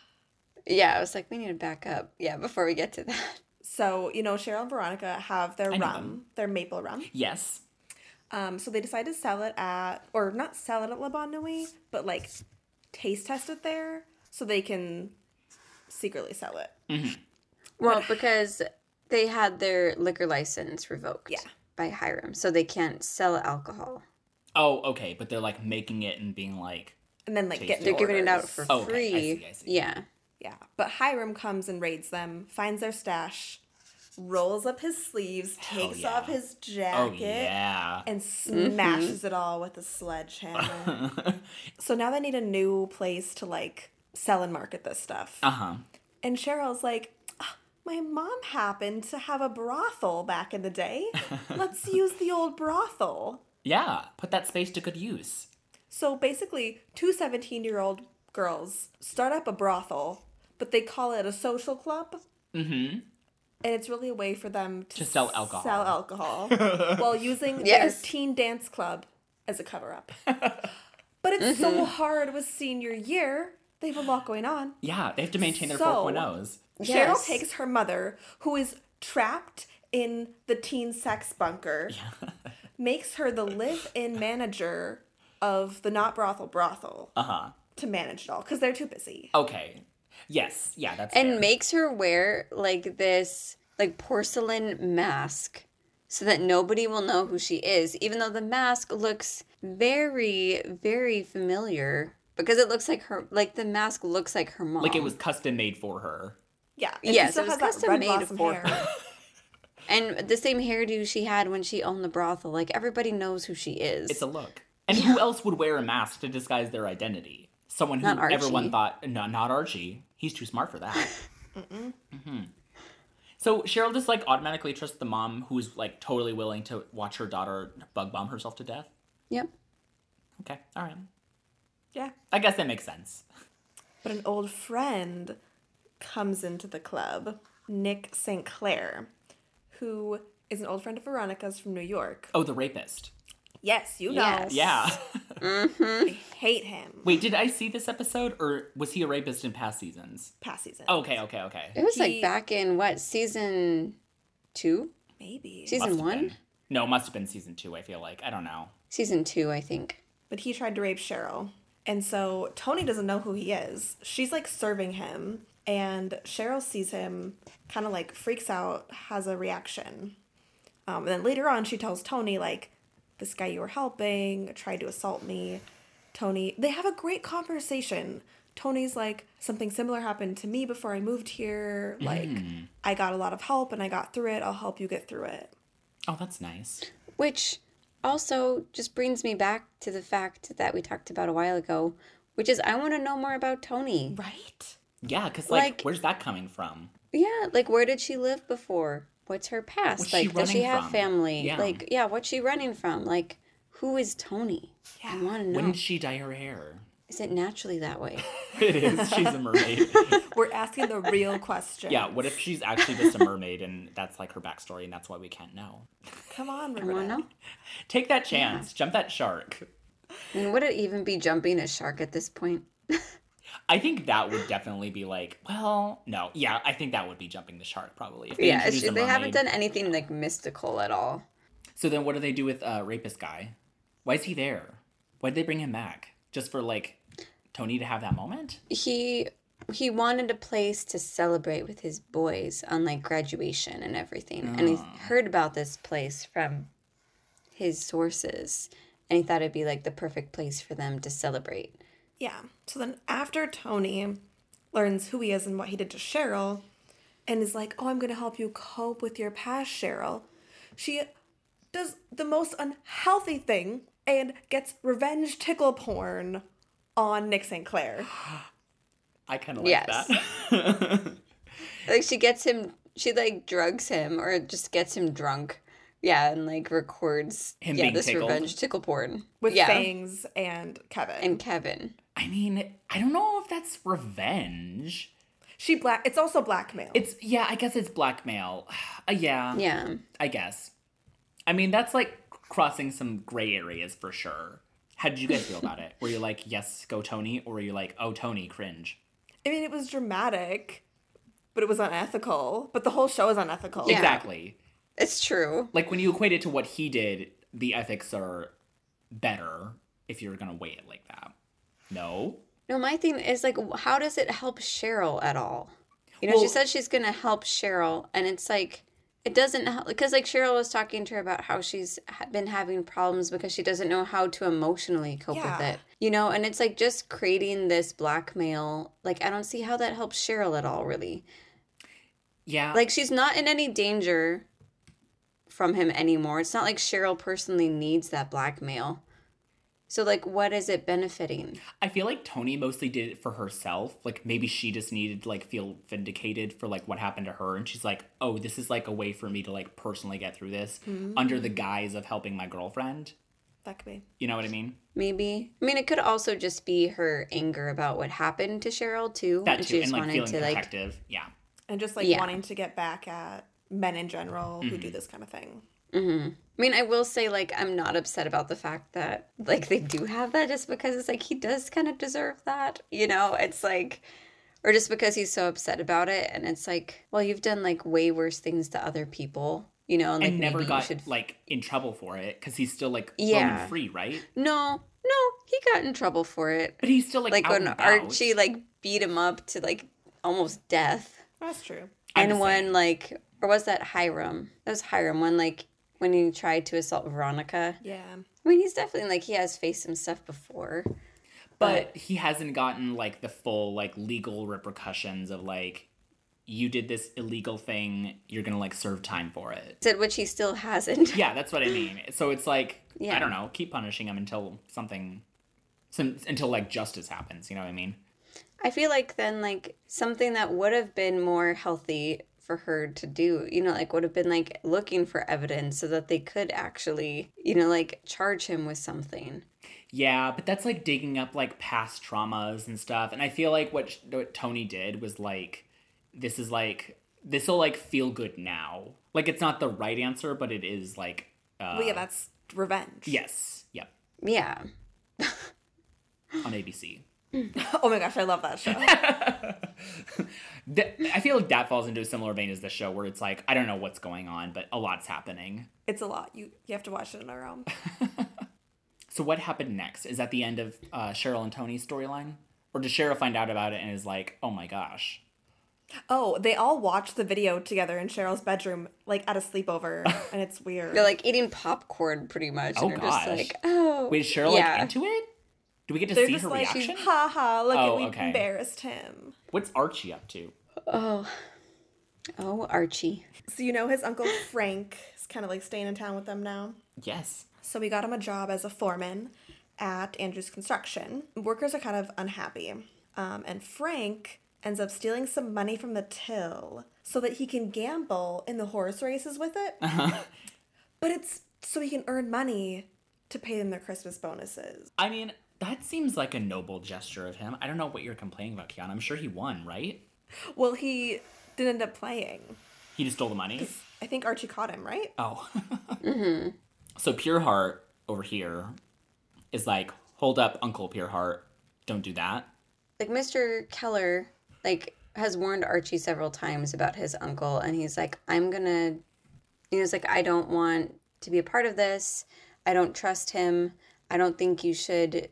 [SPEAKER 3] Yeah. I was like, we need to back up. Yeah. Before we get to that.
[SPEAKER 4] So, you know, Cheryl and Veronica have their
[SPEAKER 1] know
[SPEAKER 4] rum, their maple rum.
[SPEAKER 1] Yes.
[SPEAKER 4] Um, so they decide to sell it at, or not sell it at Le Bon Nuit, but like taste test it there so they can secretly sell it.
[SPEAKER 3] Well, because they had their liquor license revoked
[SPEAKER 4] Yeah.
[SPEAKER 3] by Hiram, so they can't sell alcohol.
[SPEAKER 1] Oh, okay. But they're like making it and being like,
[SPEAKER 4] And then like get
[SPEAKER 1] Tasty.
[SPEAKER 3] They're
[SPEAKER 4] new
[SPEAKER 3] giving it out
[SPEAKER 4] orders.
[SPEAKER 3] for
[SPEAKER 1] Oh, okay.
[SPEAKER 3] free.
[SPEAKER 1] I see, I see.
[SPEAKER 3] Yeah.
[SPEAKER 4] Yeah. But Hiram comes and raids them, finds their stash, rolls up his sleeves, takes
[SPEAKER 1] yeah.
[SPEAKER 4] off his
[SPEAKER 1] oh
[SPEAKER 4] jacket,
[SPEAKER 1] yeah. Mm-hmm.
[SPEAKER 4] and smashes it all with a sledgehammer. so now they need a new place to like sell and market this stuff.
[SPEAKER 1] Uh huh.
[SPEAKER 4] And Cheryl's like, "Ah, my mom happened to have a brothel back in the day. Let's use the old brothel.
[SPEAKER 1] Yeah. Put that space to good use.
[SPEAKER 4] So basically, two 17 year old girls start up a brothel, but they call it a social club. Mm hmm. And it's really a way for them to,
[SPEAKER 1] Mm-hmm. To sell alcohol.
[SPEAKER 4] Sell alcohol while using
[SPEAKER 3] Yes.
[SPEAKER 4] their teen dance club as a cover up. but it's
[SPEAKER 3] Mm-hmm.
[SPEAKER 4] so hard with senior year. They have a lot going on.
[SPEAKER 1] Yeah, they have to maintain their
[SPEAKER 4] So-
[SPEAKER 1] 4.0s.
[SPEAKER 4] Cheryl
[SPEAKER 3] Yes.
[SPEAKER 4] takes her mother, who is trapped in the teen sex bunker, makes her the live in manager of the not brothel brothel
[SPEAKER 1] Uh huh.
[SPEAKER 4] to manage it all because they're too busy.
[SPEAKER 1] Okay. Yes. Yeah, that's
[SPEAKER 3] And
[SPEAKER 1] fair.
[SPEAKER 3] makes her wear like this like porcelain mask so that nobody will know who she is, even though the mask looks very, very familiar. Because it looks like her, like the mask looks like her mom.
[SPEAKER 1] like it was custom made for her.
[SPEAKER 4] Yeah.
[SPEAKER 3] Yes, it was custom made for
[SPEAKER 4] hair.
[SPEAKER 3] and the same hairdo she had when she owned the brothel. Like everybody knows who she is.
[SPEAKER 1] It's a look. And who else would wear a mask to disguise their identity? Someone who
[SPEAKER 3] Not Archie.
[SPEAKER 1] everyone thought no, not Archie. He's too smart for that. Mhm. So Cheryl just like automatically trusts the mom who's like totally willing to watch her daughter bug bomb herself to death.
[SPEAKER 3] yep.
[SPEAKER 1] Okay, all right.
[SPEAKER 4] yeah.
[SPEAKER 1] I guess that makes sense.
[SPEAKER 4] But an old friend comes into the club, Nick St. Clair, who is an old friend of Veronica's from New York.
[SPEAKER 1] Oh, the rapist.
[SPEAKER 4] Yes, you know.
[SPEAKER 3] Yes.
[SPEAKER 1] Yeah.
[SPEAKER 4] I hate him.
[SPEAKER 1] Wait, did I see this episode or was he a rapist in past seasons?
[SPEAKER 4] Past season.
[SPEAKER 3] Oh.
[SPEAKER 1] Okay, okay, okay.
[SPEAKER 3] It was
[SPEAKER 4] He-
[SPEAKER 3] like back in what season two?
[SPEAKER 4] Maybe.
[SPEAKER 3] Season
[SPEAKER 1] Must have
[SPEAKER 3] one?
[SPEAKER 1] been. No, must have been season two. I feel like I don't know.
[SPEAKER 3] Season two, I think.
[SPEAKER 4] but he tried to rape Cheryl. And so Tony doesn't know who he is. She's like serving him, and Cheryl sees him, kind of like freaks out, has a reaction. Um, and then later on, she tells Tony, like, this guy you were helping tried to assault me. Tony, they have a great conversation. Tony's like, something similar happened to me before I moved here. Like,
[SPEAKER 1] Mm.
[SPEAKER 4] I got a lot of help and I got through it. I'll help you get through it.
[SPEAKER 1] Oh, that's nice.
[SPEAKER 3] Which also just brings me back to the fact that we talked about a while ago, which is I want to know more about Tony.
[SPEAKER 4] Right?
[SPEAKER 1] Yeah, because like,
[SPEAKER 3] Like-
[SPEAKER 1] where's that coming from?
[SPEAKER 3] Yeah, like where did she live before? What's her past?
[SPEAKER 1] What's she
[SPEAKER 3] like, does she
[SPEAKER 1] running
[SPEAKER 3] have
[SPEAKER 1] from?
[SPEAKER 3] family?
[SPEAKER 1] Yeah.
[SPEAKER 3] Like, yeah, what's she running from? Like, who is Tony? I want to know.
[SPEAKER 1] When did she dye her hair?
[SPEAKER 3] Is it naturally that way?
[SPEAKER 1] It is. She's a mermaid.
[SPEAKER 4] We're asking the real question.
[SPEAKER 1] yeah. What if she's actually just a mermaid and that's like her backstory and that's why we can't know?
[SPEAKER 4] Come on,
[SPEAKER 3] I want to
[SPEAKER 4] Roberta.
[SPEAKER 3] know.
[SPEAKER 1] Take that chance. Jump that shark.
[SPEAKER 3] I mean, would it even be jumping a shark at this point?
[SPEAKER 1] I think that would definitely be like, well, no, yeah, I think that would be jumping the shark probably. If
[SPEAKER 3] yeah, it's
[SPEAKER 1] introduce
[SPEAKER 3] just,
[SPEAKER 1] a
[SPEAKER 3] they haven't
[SPEAKER 1] mermaid.
[SPEAKER 3] done anything like mystical at all.
[SPEAKER 1] So then, what do they do with uh, rapist guy? Why is he there? Why did they bring him back just for like Tony to have that moment?
[SPEAKER 3] He he wanted a place to celebrate with his boys on like graduation and everything. And he
[SPEAKER 1] Ah.
[SPEAKER 3] heard about this place from his sources and he thought it'd be like the perfect place for them to celebrate.
[SPEAKER 4] Yeah. So then after Tony learns who he is and what he did to Cheryl and is like, "Oh, I'm going to help you cope with your past, Cheryl." She does the most unhealthy thing and gets revenge tickle porn on Nick St. Clair.
[SPEAKER 1] I kind of like
[SPEAKER 3] Yes.
[SPEAKER 1] that.
[SPEAKER 3] Like she gets him she like drugs him or just gets him drunk. Yeah, and like records
[SPEAKER 1] Him
[SPEAKER 3] yeah,
[SPEAKER 1] being
[SPEAKER 3] this
[SPEAKER 1] tickled.
[SPEAKER 3] revenge tickle porn.
[SPEAKER 4] with
[SPEAKER 3] yeah.
[SPEAKER 4] Fangs and Kevin.
[SPEAKER 3] And Kevin.
[SPEAKER 1] I mean, I don't know if that's revenge.
[SPEAKER 4] she black. It's also blackmail.
[SPEAKER 1] It's yeah, I guess it's blackmail. Uh, yeah,
[SPEAKER 3] Yeah.
[SPEAKER 1] I guess. I mean, that's like crossing some gray areas for sure. How did you guys feel about it? Were you like, yes, go Tony, or were you like, oh Tony, cringe?
[SPEAKER 4] I mean, it was dramatic, but it was unethical. But the whole show is unethical.
[SPEAKER 3] Yeah.
[SPEAKER 1] Exactly.
[SPEAKER 3] It's true.
[SPEAKER 1] Like when you equate it to what he did, the ethics are better if you're gonna weigh it like that. No.
[SPEAKER 3] No, my thing is like, w- how does it help Cheryl at all? You know, she
[SPEAKER 1] Well-
[SPEAKER 3] said she's gonna help Cheryl, and it's like it doesn't help because like Cheryl was talking to her about how she's ha- been having problems because she doesn't know how to emotionally cope
[SPEAKER 4] Yeah.
[SPEAKER 3] with it. You know, and it's like just creating this blackmail. Like, I don't see how that helps Cheryl at all, really.
[SPEAKER 1] Yeah.
[SPEAKER 3] Like, she's not in any danger from him anymore. It's not like Cheryl personally needs that blackmail. So, like, what is it benefiting?
[SPEAKER 1] I feel like Tony mostly did it for herself. Like maybe she just needed to like feel vindicated for like what happened to her and she's like, "Oh, this is like a way for me to like personally get through this
[SPEAKER 3] Hmm.
[SPEAKER 1] under the guise of helping my girlfriend."
[SPEAKER 4] That could be.
[SPEAKER 1] You know what I mean?
[SPEAKER 3] maybe i mean it could also just be her anger about what happened to cheryl too
[SPEAKER 1] That
[SPEAKER 3] and
[SPEAKER 1] too
[SPEAKER 3] she
[SPEAKER 1] and
[SPEAKER 3] just
[SPEAKER 1] like
[SPEAKER 3] wanted
[SPEAKER 1] feeling
[SPEAKER 3] to like
[SPEAKER 1] protective. Yeah.
[SPEAKER 4] And just like
[SPEAKER 3] Yeah. Mm-hmm.
[SPEAKER 4] wanting to get back at men in general who do this kind of thing.
[SPEAKER 3] i mean i will say like i'm not upset about the fact that like they do have that just because it's like he does kind of deserve that you know it's like or just because he's so upset about it and it's like well you've done like way worse things to other people you know and like
[SPEAKER 1] and never
[SPEAKER 3] maybe
[SPEAKER 1] got
[SPEAKER 3] you should
[SPEAKER 1] like in trouble for it cuz he's still like roaming
[SPEAKER 3] Yeah.
[SPEAKER 1] free, right?
[SPEAKER 3] no no he got in trouble for it
[SPEAKER 1] But he's still like
[SPEAKER 3] like
[SPEAKER 1] out
[SPEAKER 3] when
[SPEAKER 1] and about.
[SPEAKER 3] archie like beat him up to like almost death
[SPEAKER 4] That's true.
[SPEAKER 1] I'm
[SPEAKER 3] and
[SPEAKER 1] just
[SPEAKER 3] when like or was that Hiram? That was Hiram when like when he tried to assault Veronica.
[SPEAKER 4] Yeah.
[SPEAKER 3] I mean he's definitely like he has faced some stuff before.
[SPEAKER 1] but he hasn't gotten like the full like legal repercussions of like you did this illegal thing you're gonna like serve time for it
[SPEAKER 3] Said which he still hasn't.
[SPEAKER 1] yeah that's what i mean so it's like i
[SPEAKER 3] Yeah.
[SPEAKER 1] don't know keep punishing him until something some, until like justice happens you know what i mean
[SPEAKER 3] I feel like then like something that would have been more healthy for her to do, you know, like would have been like looking for evidence so that they could actually, you know, like charge him with something.
[SPEAKER 1] yeah but that's like digging up like past traumas and stuff and i feel like what, sh- what tony did was like this is like this will like feel good now like it's not the right answer but it is like uh,
[SPEAKER 4] well, yeah, that's revenge.
[SPEAKER 1] yes yep
[SPEAKER 3] Yeah.
[SPEAKER 1] on abc
[SPEAKER 4] oh my gosh, I love that show.
[SPEAKER 1] Th- I feel like that falls into a similar vein as the show, where it's like I don't know what's going on, but a lot's happening.
[SPEAKER 4] it's a lot. You you have to watch it on our own.
[SPEAKER 1] So what happened next? Is that the end of uh, Cheryl and Tony's storyline, or does Cheryl find out about it and is like, "Oh my gosh"?
[SPEAKER 4] Oh, they all watch the video together in Cheryl's bedroom, like at a sleepover, and it's weird.
[SPEAKER 3] They're like eating popcorn pretty much.
[SPEAKER 1] Oh,
[SPEAKER 3] and they're just
[SPEAKER 1] gosh.
[SPEAKER 3] like, oh
[SPEAKER 1] Wait, is Cheryl like
[SPEAKER 3] yeah.
[SPEAKER 1] into it? Do we get to
[SPEAKER 4] They're
[SPEAKER 1] see
[SPEAKER 4] just
[SPEAKER 1] her
[SPEAKER 4] like,
[SPEAKER 1] reaction?
[SPEAKER 4] ha ha, look
[SPEAKER 1] Oh,
[SPEAKER 4] at we
[SPEAKER 1] okay.
[SPEAKER 4] embarrassed him.
[SPEAKER 1] What's Archie up to?
[SPEAKER 3] Oh. Oh, Archie.
[SPEAKER 4] So you know his uncle Frank is kind of like staying in town with them now.
[SPEAKER 1] Yes.
[SPEAKER 4] So we got him a job as a foreman at Andrew's Construction. Workers are kind of unhappy. Um, and Frank ends up stealing some money from the till so that he can gamble in the horse races with it. But it's so he can earn money to pay them their Christmas bonuses.
[SPEAKER 1] I mean, that seems like a noble gesture of him. I don't know what you're complaining about, Kiana. I'm sure he won, right?
[SPEAKER 4] Well, he did end up playing.
[SPEAKER 1] He just stole the money.
[SPEAKER 4] I think Archie caught him, right?
[SPEAKER 1] Oh.
[SPEAKER 4] Mm-hmm.
[SPEAKER 1] So Pure Heart over here is like, hold up, Uncle Pure Heart, don't do that.
[SPEAKER 3] like Mr. Keller like has warned Archie several times about his uncle and he's like I'm going to he was like I don't want to be a part of this. I don't trust him. I don't think you should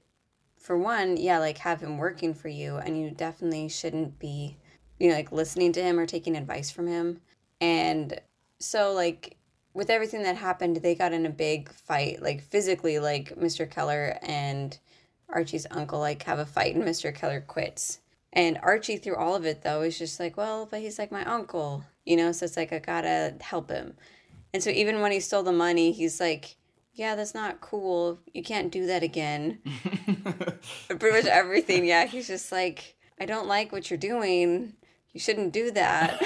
[SPEAKER 3] for one, yeah, like have him working for you and you definitely shouldn't be you know like listening to him or taking advice from him. And so like with everything that happened, they got in a big fight, like physically, like Mr. Keller and Archie's uncle like have a fight and Mr. Keller quits. And Archie through all of it though is just like, well, but he's like my uncle, you know, so it's like I gotta help him. And so even when he stole the money, he's like, Yeah, that's not cool. You can't do that again. Pretty much everything, yeah. He's just like, I don't like what you're doing. You shouldn't do that.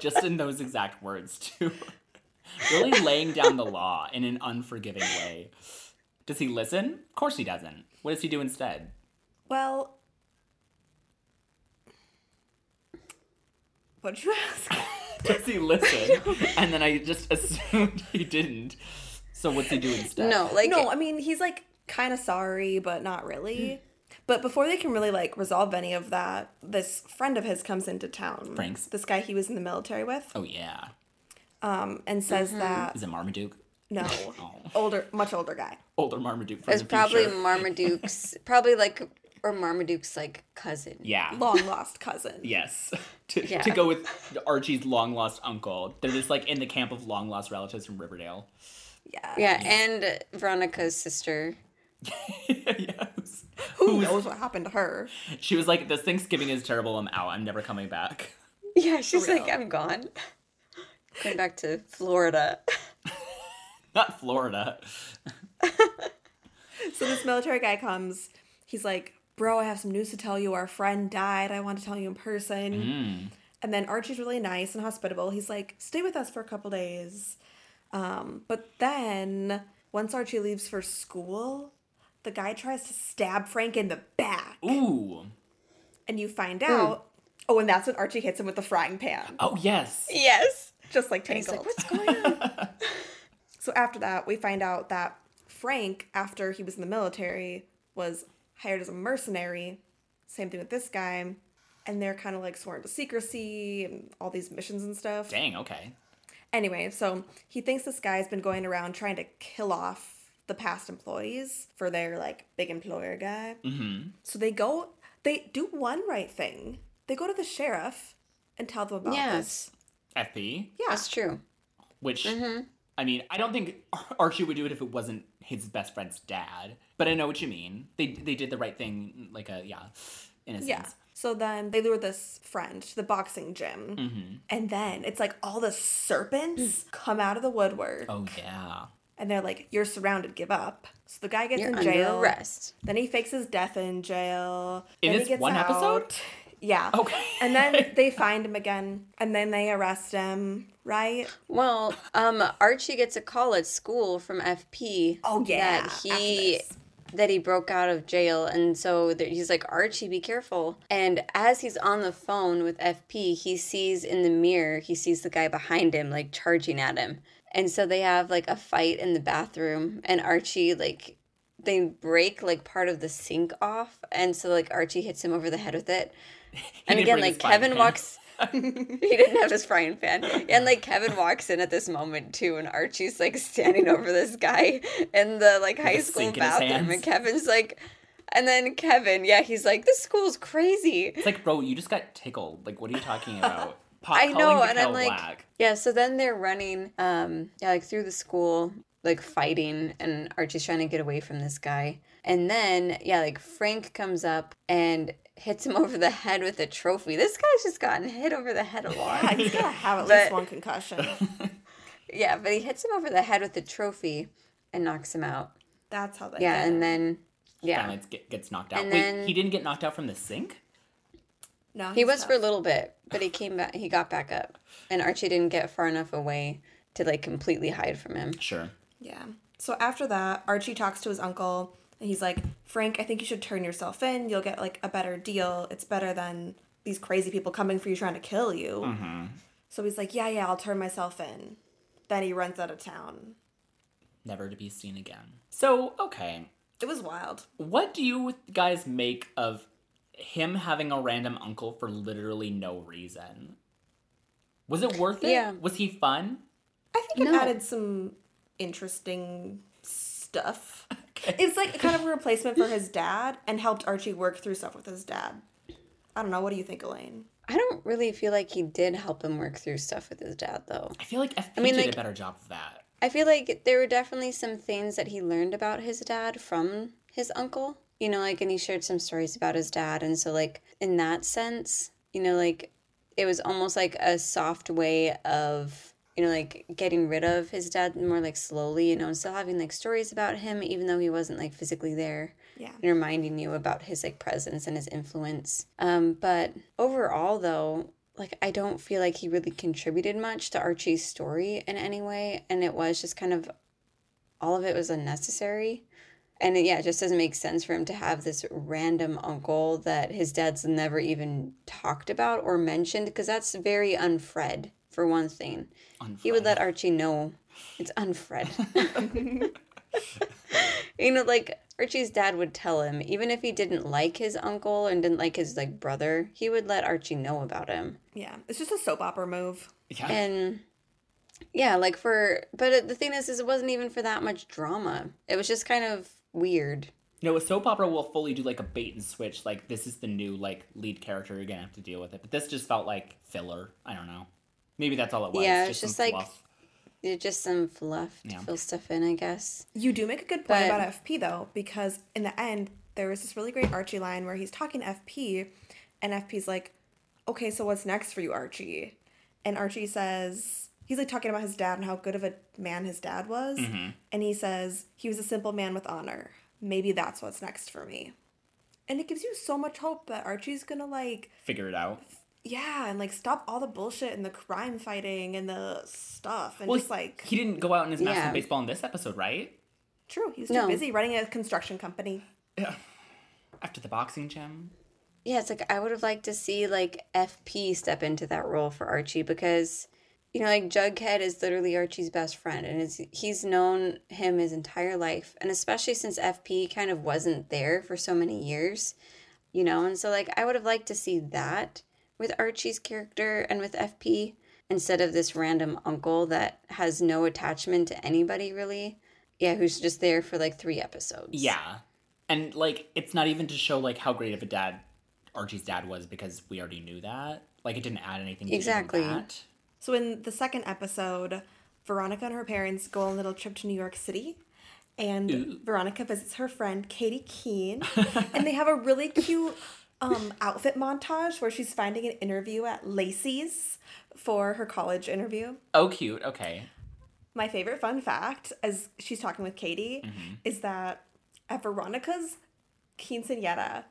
[SPEAKER 1] Just in those exact words, too. really laying down the law in an unforgiving way. Does he listen? Of course he doesn't. What does he do instead?
[SPEAKER 4] Well, what'd you ask?
[SPEAKER 1] Does he listen? and then I just assumed he didn't. So what's he do instead?
[SPEAKER 3] no, like
[SPEAKER 4] no, I mean he's like kind of sorry, but not
[SPEAKER 1] Mm.
[SPEAKER 4] really. But before they can really like resolve any of that, this friend of his comes into town.
[SPEAKER 1] Frank's?
[SPEAKER 4] This guy he was in the military with,
[SPEAKER 1] Oh Mm-hmm. yeah.
[SPEAKER 4] um, and says that
[SPEAKER 1] Is it Marmaduke?
[SPEAKER 4] no,
[SPEAKER 1] Oh.
[SPEAKER 4] older, much older guy.
[SPEAKER 1] Older Marmaduke from
[SPEAKER 3] it's
[SPEAKER 1] the
[SPEAKER 3] probably
[SPEAKER 1] future.
[SPEAKER 3] Marmaduke's probably like or Marmaduke's like cousin.
[SPEAKER 1] Yeah.
[SPEAKER 4] long lost cousin.
[SPEAKER 1] Yes. To,
[SPEAKER 3] Yeah.
[SPEAKER 1] to go with Archie's long lost uncle. They're just like in the camp of long lost relatives from Riverdale.
[SPEAKER 4] Yeah.
[SPEAKER 3] Yeah, and Veronica's sister.
[SPEAKER 1] yes.
[SPEAKER 4] Who knows what happened to her?
[SPEAKER 1] She was like, This Thanksgiving is terrible. I'm out. I'm never coming back.
[SPEAKER 3] Yeah, she's like,
[SPEAKER 4] real.
[SPEAKER 3] I'm gone. Going back to Florida.
[SPEAKER 1] Not Florida.
[SPEAKER 4] So this military guy comes. He's like, "Bro, I have some news to tell you. Our friend died. I want to tell you in person."
[SPEAKER 1] Mm.
[SPEAKER 4] And then Archie's really nice and hospitable. He's like, "Stay with us for a couple days." Um, but then once Archie leaves for school, the guy tries to stab Frank in the back,
[SPEAKER 1] Ooh.
[SPEAKER 4] and you find out. Oh, and that's when Archie hits him with the frying pan,
[SPEAKER 1] Oh, yes.
[SPEAKER 3] Yes.
[SPEAKER 4] just like
[SPEAKER 3] He's like,
[SPEAKER 4] Tangled.
[SPEAKER 3] what's going on?
[SPEAKER 4] So after that, we find out that Frank, after he was in the military, was hired as a mercenary. Same thing with this guy. And they're kind of like sworn to secrecy and all these missions and stuff.
[SPEAKER 1] Dang, okay.
[SPEAKER 4] Anyway, so he thinks this guy's been going around trying to kill off the past employees for their like big employer guy.
[SPEAKER 1] Mm-hmm.
[SPEAKER 4] So they go, they do one right thing. They go to the sheriff and tell them about this.
[SPEAKER 3] yes.
[SPEAKER 1] FP.
[SPEAKER 4] Yeah.
[SPEAKER 3] That's true.
[SPEAKER 1] Which,
[SPEAKER 3] Mm-hmm.
[SPEAKER 1] I mean, I don't think Ar- Archie would do it if it wasn't his best friend's dad. But I know what you mean. They they did the right thing, like a, yeah, in a sense.
[SPEAKER 4] Yeah. So then they lure this friend to the boxing gym.
[SPEAKER 1] Mm-hmm.
[SPEAKER 4] And then it's like all the serpents
[SPEAKER 3] Mm.
[SPEAKER 4] come out of the woodwork.
[SPEAKER 1] Oh, yeah.
[SPEAKER 4] And they're like, You're surrounded, give up. So the guy gets
[SPEAKER 3] You're
[SPEAKER 4] in
[SPEAKER 3] under
[SPEAKER 4] jail.
[SPEAKER 3] arrest.
[SPEAKER 4] Then he fakes his death in jail.
[SPEAKER 1] In
[SPEAKER 4] then
[SPEAKER 1] this
[SPEAKER 4] he gets
[SPEAKER 1] one
[SPEAKER 4] out.
[SPEAKER 1] episode?
[SPEAKER 4] Yeah.
[SPEAKER 1] Okay.
[SPEAKER 4] And then they find him again. And then they arrest him, right?
[SPEAKER 3] Well, um, Archie gets a call at school from FP.
[SPEAKER 4] Oh, yeah,
[SPEAKER 3] that
[SPEAKER 4] after
[SPEAKER 3] he
[SPEAKER 4] this.
[SPEAKER 3] that he broke out of jail, and so there, he's like, Archie, be careful. And as he's on the phone with FP, he sees in the mirror he sees the guy behind him like charging at him, and so they have like a fight in the bathroom, and Archie like they break like part of the sink off, and so like Archie hits him over the head with it. And
[SPEAKER 1] didn't
[SPEAKER 3] again,
[SPEAKER 1] bring his
[SPEAKER 3] like
[SPEAKER 1] frying
[SPEAKER 3] Kevin
[SPEAKER 1] pan.
[SPEAKER 3] walks he didn't have his frying pan. And like Kevin walks in at this moment too, and Archie's like standing over this guy in the like high
[SPEAKER 1] With a
[SPEAKER 3] school
[SPEAKER 1] sink in his
[SPEAKER 3] bathroom,
[SPEAKER 1] hands.
[SPEAKER 3] and Kevin's like, and then Kevin, yeah, he's like, this school's crazy.
[SPEAKER 1] It's like, bro, you just got tickled. Like, what are you talking about? Pop
[SPEAKER 3] I know,
[SPEAKER 1] calling
[SPEAKER 3] and I'm
[SPEAKER 1] Raquel
[SPEAKER 3] like,
[SPEAKER 1] whack.
[SPEAKER 3] yeah. So then they're running, um, yeah, like through the school, like fighting, and Archie's trying to get away from this guy, and then yeah, like Frank comes up and hits him over the head with a trophy. This guy's just gotten hit over the head a lot.
[SPEAKER 4] Yeah, he's gotta have at
[SPEAKER 3] But-
[SPEAKER 4] least one concussion.
[SPEAKER 3] Yeah, but he hits him over the head with the trophy and knocks him out.
[SPEAKER 4] That's how they
[SPEAKER 3] Yeah,
[SPEAKER 4] did it.
[SPEAKER 3] and then
[SPEAKER 1] Balance
[SPEAKER 3] yeah,
[SPEAKER 1] get, gets knocked out.
[SPEAKER 3] And
[SPEAKER 1] Wait,
[SPEAKER 3] then-
[SPEAKER 1] he didn't get knocked out from the sink?
[SPEAKER 4] no,
[SPEAKER 3] he
[SPEAKER 4] he's
[SPEAKER 3] was
[SPEAKER 4] tough.
[SPEAKER 3] for a little bit, but he came back. He got back up, and Archie didn't get far enough away to like completely hide from him.
[SPEAKER 1] Sure.
[SPEAKER 4] Yeah. So after that, Archie talks to his uncle and he's like, Frank, I think you should turn yourself in. You'll get like a better deal. It's better than these crazy people coming for you trying to kill you. So he's like, Yeah, yeah, I'll turn myself in. Then he runs out of town.
[SPEAKER 1] Never to be seen again. So, okay.
[SPEAKER 4] It was wild.
[SPEAKER 1] What do you guys make of him having a random uncle for literally no reason? Was it worth it?
[SPEAKER 3] Yeah.
[SPEAKER 1] Was he fun?
[SPEAKER 4] I think it
[SPEAKER 3] No.
[SPEAKER 4] added some interesting stuff. It's like kind of a replacement for his dad and helped Archie work through stuff with his dad. I don't know. What do you think, Elaine?
[SPEAKER 3] I don't really feel like he did help him work through stuff with his dad, though.
[SPEAKER 1] I feel like FP
[SPEAKER 3] mean,
[SPEAKER 1] did
[SPEAKER 3] like-
[SPEAKER 1] a better job of that.
[SPEAKER 3] I feel like there were definitely some things that he learned about his dad from his uncle. You know, like, and he shared some stories about his dad. And so, like, in that sense, you know, like, it was almost like a soft way of, you know, like getting rid of his dad more like slowly, you know, and still having like stories about him, even though he wasn't like physically there
[SPEAKER 4] Yeah.
[SPEAKER 3] and reminding you about his like presence and his influence. Um, but overall, though, like I don't feel like he really contributed much to Archie's story in any way, and it was just kind of all of it was unnecessary. And it, yeah, it just doesn't make sense for him to have this random uncle that his dad's never even talked about or mentioned because that's very unfred for one thing. He would let Archie know it's unfred. you know, like Archie's dad would tell him, even if he didn't like his uncle and didn't like his like brother, he would let Archie know about him.
[SPEAKER 4] Yeah. It's just a soap opera move.
[SPEAKER 1] Yeah.
[SPEAKER 3] And yeah, like for but it- the thing is, is it wasn't even for that much drama. It was just kind of weird.
[SPEAKER 1] No, a soap opera will fully do like a bait and switch. Like this is the new like lead character. You're gonna have to deal with it. But this just felt like filler. I don't know. Maybe that's all it was.
[SPEAKER 3] Yeah, it's just
[SPEAKER 1] some
[SPEAKER 3] like-
[SPEAKER 1] fluff.
[SPEAKER 3] It just some fluff to
[SPEAKER 1] Yeah.
[SPEAKER 3] fill stuff in, I guess.
[SPEAKER 4] You do make a good point
[SPEAKER 3] But-
[SPEAKER 4] about FP though, because in the end there was this really great Archie line where he's talking to FP, and FP's like, "Okay, so what's next for you, Archie?" And Archie says he's like talking about his dad and how good of a man his dad was, and he says he was a simple man with honor. Maybe that's what's next for me. And it gives you so much hope that Archie's gonna like,
[SPEAKER 1] figure it out.
[SPEAKER 4] yeah, and like stop all the bullshit and the crime fighting and the stuff and
[SPEAKER 1] Well,
[SPEAKER 4] just like
[SPEAKER 1] he didn't go out and his master
[SPEAKER 3] Yeah.
[SPEAKER 1] baseball in this episode, right?
[SPEAKER 4] true, he was too
[SPEAKER 3] No.
[SPEAKER 4] busy running a construction company.
[SPEAKER 1] After the boxing gym.
[SPEAKER 3] Yeah, it's like I would have liked to see like FP step into that role for Archie because you know like Jughead is literally Archie's best friend and it's, he's known him his entire life and especially since FP kind of wasn't there for so many years, you know, and so like I would have liked to see that with Archie's character and with FP instead of this random uncle that has no attachment to anybody really. Yeah, who's just there for like 3 episodes.
[SPEAKER 1] Yeah. And like it's not even to show like how great of a dad Archie's dad was because we already knew that. Like it didn't add anything to even
[SPEAKER 3] Exactly.
[SPEAKER 1] that.
[SPEAKER 4] So in the second episode, Veronica and her parents go on a little trip to New York City. And Veronica visits her friend Katie Keene, and they have a really cute um, outfit montage where she's finding an interview at Lacey's for her college interview.
[SPEAKER 1] Oh cute, okay.
[SPEAKER 4] My favorite fun fact, as she's talking with Katie, is that at Veronica's quinceanera,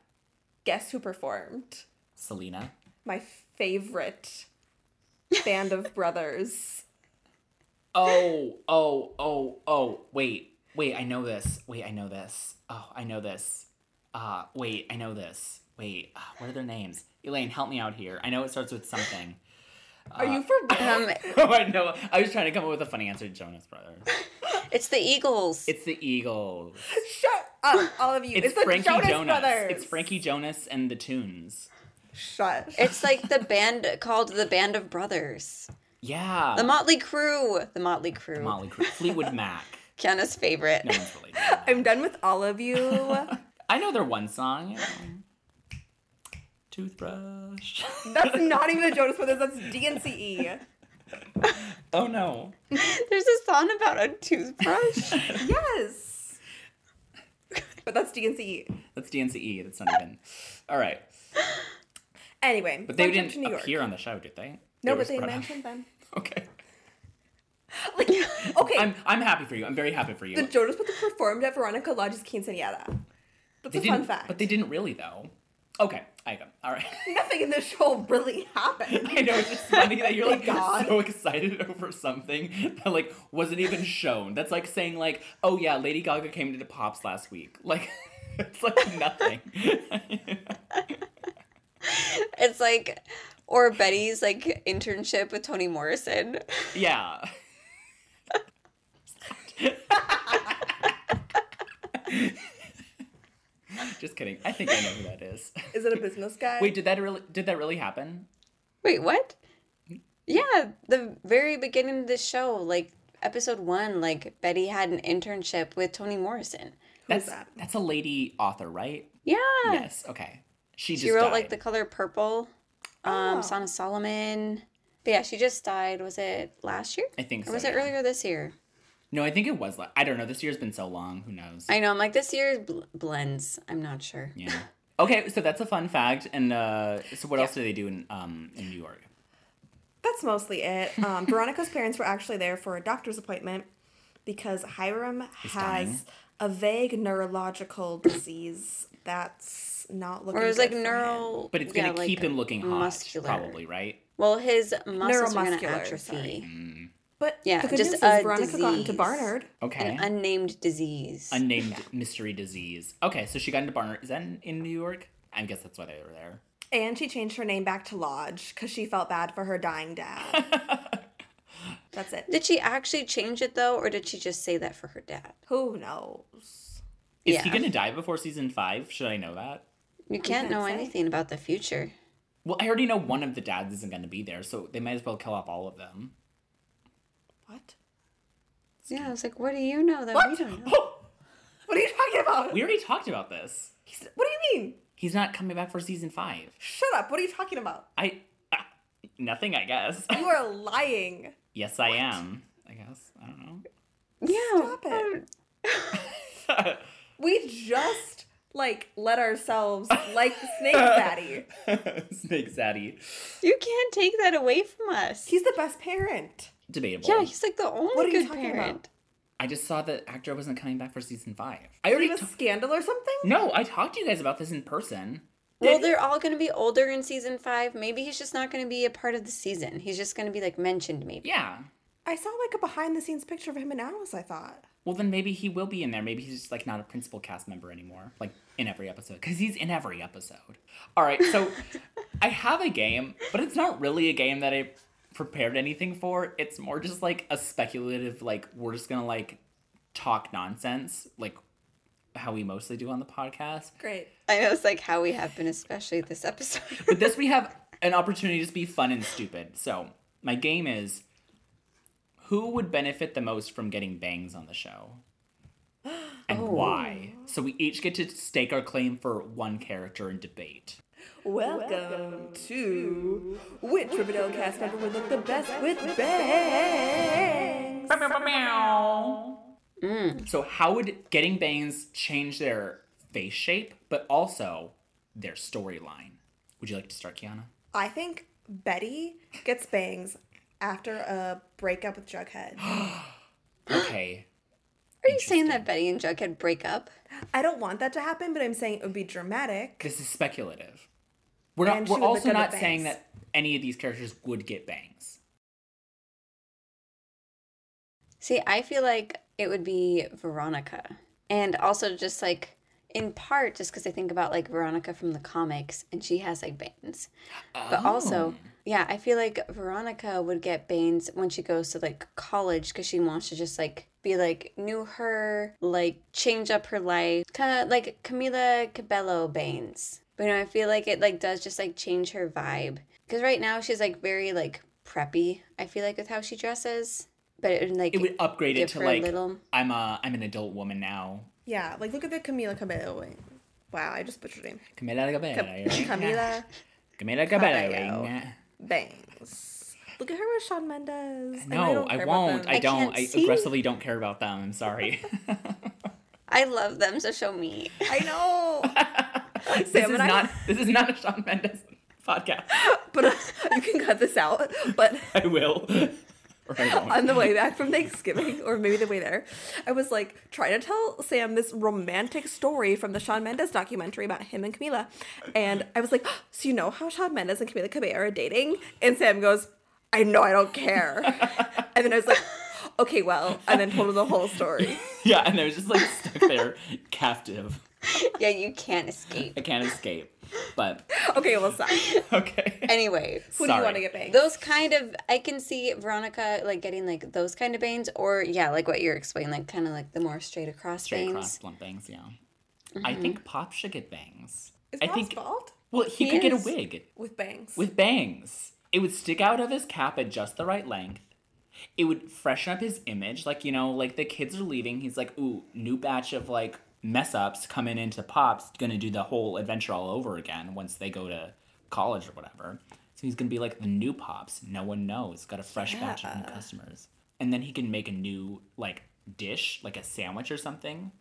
[SPEAKER 4] guess who performed?
[SPEAKER 1] Selena.
[SPEAKER 4] My favorite band of brothers.
[SPEAKER 1] Oh, oh, oh, oh, wait, wait, I know this. Wait, I know this. Oh, I know this. Uh, wait, I know this. Wait, uh, what are their names? Elaine, help me out here. I know it starts with something.
[SPEAKER 4] Are you for
[SPEAKER 3] Um,
[SPEAKER 1] oh, I know. I was trying to come up with a funny answer to Jonas Brothers.
[SPEAKER 3] it's the Eagles.
[SPEAKER 1] It's the Eagles.
[SPEAKER 4] Shut up, all of you.
[SPEAKER 1] It's,
[SPEAKER 4] It's, the
[SPEAKER 1] Frankie
[SPEAKER 4] Jonas,
[SPEAKER 1] Jonas.
[SPEAKER 4] Brothers.
[SPEAKER 1] It's Frankie Jonas and the Tunes.
[SPEAKER 4] Shut.
[SPEAKER 3] It's like the band called the Band of Brothers.
[SPEAKER 1] Yeah.
[SPEAKER 3] The Motley Crew. The Motley Crew.
[SPEAKER 1] Molly Crew. Fleetwood Mac.
[SPEAKER 3] Kiana's favorite.
[SPEAKER 1] No one's really. doing that.
[SPEAKER 4] I'm done with all of you.
[SPEAKER 1] I know their one song. you know. Toothbrush.
[SPEAKER 4] That's not even the Jonas Brothers. That's DNCE.
[SPEAKER 1] oh no.
[SPEAKER 3] There's a song about a toothbrush.
[SPEAKER 4] Yes. But that's DNCE.
[SPEAKER 1] That's DNCE. E. That's not even. All right.
[SPEAKER 4] Anyway,
[SPEAKER 1] But they
[SPEAKER 4] fun trip to
[SPEAKER 1] didn't appear on the show, did they?
[SPEAKER 4] No,
[SPEAKER 1] were
[SPEAKER 4] but they
[SPEAKER 1] spread out.
[SPEAKER 4] mentioned them.
[SPEAKER 1] Okay.
[SPEAKER 4] Like, okay,
[SPEAKER 1] I'm I'm happy for you. I'm very happy for you.
[SPEAKER 4] the Jonas Brothers performed at Veronica Lodge's quinceanera. That's
[SPEAKER 1] they
[SPEAKER 4] a
[SPEAKER 1] didn't,
[SPEAKER 4] fun fact.
[SPEAKER 1] But they didn't really though. Okay, I go. All right.
[SPEAKER 4] Nothing in this show really happened.
[SPEAKER 1] I know it's just funny that you're like
[SPEAKER 4] God.
[SPEAKER 1] so excited over something that like wasn't even shown. That's like saying like, oh yeah, Lady Gaga came to the Pops last week. Like it's like nothing.
[SPEAKER 3] it's like, or Betty's like internship with Toni Morrison.
[SPEAKER 1] yeah. Just kidding. I think I know who that is.
[SPEAKER 4] Is it a business guy?
[SPEAKER 1] Wait, did that really did that really happen?
[SPEAKER 3] Wait, what? Yeah, the very beginning of the show, like episode one, like Betty had an internship with Toni Morrison.
[SPEAKER 1] That's
[SPEAKER 4] that?
[SPEAKER 1] that's a lady author, right?
[SPEAKER 3] Yeah.
[SPEAKER 1] Yes. Okay. She just
[SPEAKER 3] she wrote
[SPEAKER 1] died.
[SPEAKER 3] like the color purple. Um, Son of Solomon. But yeah, she just died. Was it last year?
[SPEAKER 1] I think
[SPEAKER 3] Or
[SPEAKER 1] so.
[SPEAKER 3] was it
[SPEAKER 1] yeah.
[SPEAKER 3] earlier this year?
[SPEAKER 1] No, I think it was. la- I don't know. This year's been so long. Who knows?
[SPEAKER 3] I know. I'm like, this year bl- blends. I'm not sure.
[SPEAKER 1] yeah. Okay, so that's a fun fact. And uh, so, what else do they do in um, in New York?
[SPEAKER 4] That's mostly it. Um, Veronica's parents were actually there for a doctor's appointment because Hiram has
[SPEAKER 1] dying.
[SPEAKER 4] a vague neurological disease that's not looking.
[SPEAKER 3] Or it was
[SPEAKER 4] good
[SPEAKER 3] like
[SPEAKER 4] for him.
[SPEAKER 3] neural.
[SPEAKER 1] But it's
[SPEAKER 3] yeah,
[SPEAKER 1] gonna keep
[SPEAKER 3] like,
[SPEAKER 1] him looking hot,
[SPEAKER 3] muscular.
[SPEAKER 1] probably, right?
[SPEAKER 3] Well, his muscles are going to
[SPEAKER 4] Neuromuscular,
[SPEAKER 3] atrophy.
[SPEAKER 4] sorry. But
[SPEAKER 3] Yeah,
[SPEAKER 4] the good
[SPEAKER 3] just
[SPEAKER 4] news
[SPEAKER 3] a
[SPEAKER 4] is Veronica got into
[SPEAKER 3] disease.
[SPEAKER 4] Barnard.
[SPEAKER 1] Okay.
[SPEAKER 3] An unnamed disease.
[SPEAKER 1] Unnamed mystery disease. Okay, so she got into Barnard. Is that in, in New York? I guess that's why they were there.
[SPEAKER 4] And she changed her name back to Lodge because she felt bad for her dying dad. That's it.
[SPEAKER 3] did she actually change it though, or did she just say that for her dad?
[SPEAKER 4] Who knows?
[SPEAKER 1] Is he
[SPEAKER 3] Yeah.
[SPEAKER 1] gonna die before season five? Should I know that?
[SPEAKER 3] You can't
[SPEAKER 4] can't
[SPEAKER 3] know
[SPEAKER 4] say.
[SPEAKER 3] anything about the future.
[SPEAKER 1] Well, I already know one of the dads isn't gonna be there, so they might as well kill off all of them.
[SPEAKER 4] What?
[SPEAKER 3] Yeah, I was like, what do you know that we don't know?
[SPEAKER 4] Oh! What are you talking about?
[SPEAKER 1] We already talked about this.
[SPEAKER 4] He's- what do you mean?
[SPEAKER 1] He's not coming back for season five.
[SPEAKER 4] Shut up. What are you talking about?
[SPEAKER 1] I ah, nothing, I guess.
[SPEAKER 4] You are lying.
[SPEAKER 1] yes, I am. I guess I don't know.
[SPEAKER 3] Yeah.
[SPEAKER 4] Stop it. We just like let ourselves like Snake Daddy.
[SPEAKER 1] Snake Zaddy.
[SPEAKER 3] You can't take that away from us.
[SPEAKER 4] He's the best parent.
[SPEAKER 1] Debatable.
[SPEAKER 3] yeah, he's like the only
[SPEAKER 4] What are you
[SPEAKER 3] good
[SPEAKER 4] talking about?
[SPEAKER 3] parent.
[SPEAKER 1] I just saw that actor wasn't coming back for season five. I already
[SPEAKER 4] He was
[SPEAKER 1] ta-
[SPEAKER 4] scandal or something?
[SPEAKER 1] no. I talked to you guys about this in person.
[SPEAKER 3] Well, they're all going to be older in season five. Maybe he's just not going to be a part of the season. He's just going to be like mentioned, maybe.
[SPEAKER 1] Yeah.
[SPEAKER 4] I saw like a behind the scenes picture of him and Alice, I thought.
[SPEAKER 1] Well, then maybe he will be in there. Maybe he's just like not a principal cast member anymore, like in every episode, because he's in every episode. All right, so I have a game, but it's not really a game that I prepared anything for. It's more just like a speculative, like we're just gonna like talk nonsense, like how we mostly do on the podcast.
[SPEAKER 4] Great.
[SPEAKER 3] I know it's like how we have been, especially this episode.
[SPEAKER 1] With this, we have an opportunity to just be fun and stupid. So my game is, who would benefit the most from getting bangs on the show, and why? So we each get to stake our claim for one character and debate.
[SPEAKER 4] Welcome, to which Riverdale cast member would look the best with bangs?
[SPEAKER 1] So how would getting bangs change their face shape, but also their storyline? Would you like to start, Kiana?
[SPEAKER 4] I think Betty gets bangs after a breakup with Jughead.
[SPEAKER 1] Okay.
[SPEAKER 3] Are you saying that Betty and Jughead break up?
[SPEAKER 4] I don't want that to happen, but I'm saying it would be dramatic.
[SPEAKER 1] This is speculative. We're not.
[SPEAKER 4] And she
[SPEAKER 1] We're
[SPEAKER 4] would look
[SPEAKER 1] also
[SPEAKER 4] good
[SPEAKER 1] not
[SPEAKER 4] at
[SPEAKER 1] saying
[SPEAKER 4] bangs.
[SPEAKER 1] that any of these characters would get bangs.
[SPEAKER 3] See, I feel like it would be Veronica. And also just like in part just because I think about like Veronica from the comics and she has like bangs. But also, yeah, I feel like Veronica would get bangs when she goes to like college because she wants to just like be like new her, like change up her life. Kind of like Camila Cabello bangs. But you know, I feel like it like does just like change her vibe. Because right now she's like very like preppy, I feel like with how she dresses. But it would like
[SPEAKER 1] it would upgrade it
[SPEAKER 3] give
[SPEAKER 1] to
[SPEAKER 3] her a
[SPEAKER 1] like
[SPEAKER 3] little-
[SPEAKER 1] I'm a I'm an adult woman now.
[SPEAKER 4] Yeah, like look at the Camila Cabello. wing. Wow, I just butchered her name.
[SPEAKER 1] Camila Cabello.
[SPEAKER 4] Camila
[SPEAKER 1] Camila Cabello.
[SPEAKER 4] Cabello. bangs. Look at her with Shawn Mendes. I know
[SPEAKER 1] No,
[SPEAKER 4] don't
[SPEAKER 1] I
[SPEAKER 4] care about
[SPEAKER 1] won't.
[SPEAKER 4] them.
[SPEAKER 1] I
[SPEAKER 3] I
[SPEAKER 1] don't.
[SPEAKER 3] can't
[SPEAKER 1] I
[SPEAKER 3] see.
[SPEAKER 1] aggressively don't care about them. I'm sorry.
[SPEAKER 3] I love them, so show me.
[SPEAKER 4] I know.
[SPEAKER 1] this
[SPEAKER 4] Sam
[SPEAKER 1] is
[SPEAKER 4] and I-
[SPEAKER 1] not. This is not a Shawn Mendes podcast.
[SPEAKER 4] but uh, you can cut this out. But
[SPEAKER 1] I will. Or I won't.
[SPEAKER 4] on the way back from Thanksgiving, or maybe the way there, I was like trying to tell Sam this romantic story from the Shawn Mendes documentary about him and Camila. And I was like, So you know how Shawn Mendes and Camila Cabello are dating? And Sam goes, I know, I don't care. and then I was like, Okay, well, and then told her the whole story.
[SPEAKER 1] Yeah, and they're just like stuck there, captive.
[SPEAKER 3] yeah, you can't escape.
[SPEAKER 1] I can't escape. But
[SPEAKER 4] Okay, well, stop. Who
[SPEAKER 1] okay.
[SPEAKER 3] Anyway,
[SPEAKER 4] do
[SPEAKER 1] Sorry.
[SPEAKER 4] you want to get banged?
[SPEAKER 3] those kind of I can see Veronica like getting like those kind of bangs, or yeah, like what you're explaining, like kind of like the more straight across
[SPEAKER 1] Straight
[SPEAKER 3] bangs.
[SPEAKER 1] across blunt bangs. Yeah. I think Pop should get bangs.
[SPEAKER 4] Mm-hmm. Is
[SPEAKER 1] I
[SPEAKER 4] Pop's
[SPEAKER 1] think
[SPEAKER 4] bald?
[SPEAKER 1] well, he,
[SPEAKER 3] He
[SPEAKER 1] could get a
[SPEAKER 3] is.
[SPEAKER 1] wig
[SPEAKER 4] With bangs.
[SPEAKER 1] with bangs. It would stick out of his cap at just the right length. It would freshen up his image, like you know, like the kids are leaving. He's like, "Ooh, new batch of like mess ups coming into Pop's gonna do the whole adventure all over again once they go to college or whatever." So he's gonna be like the new Pops. No one knows. Got a fresh batch of new customers, and then he can make a new like dish, like a sandwich or something,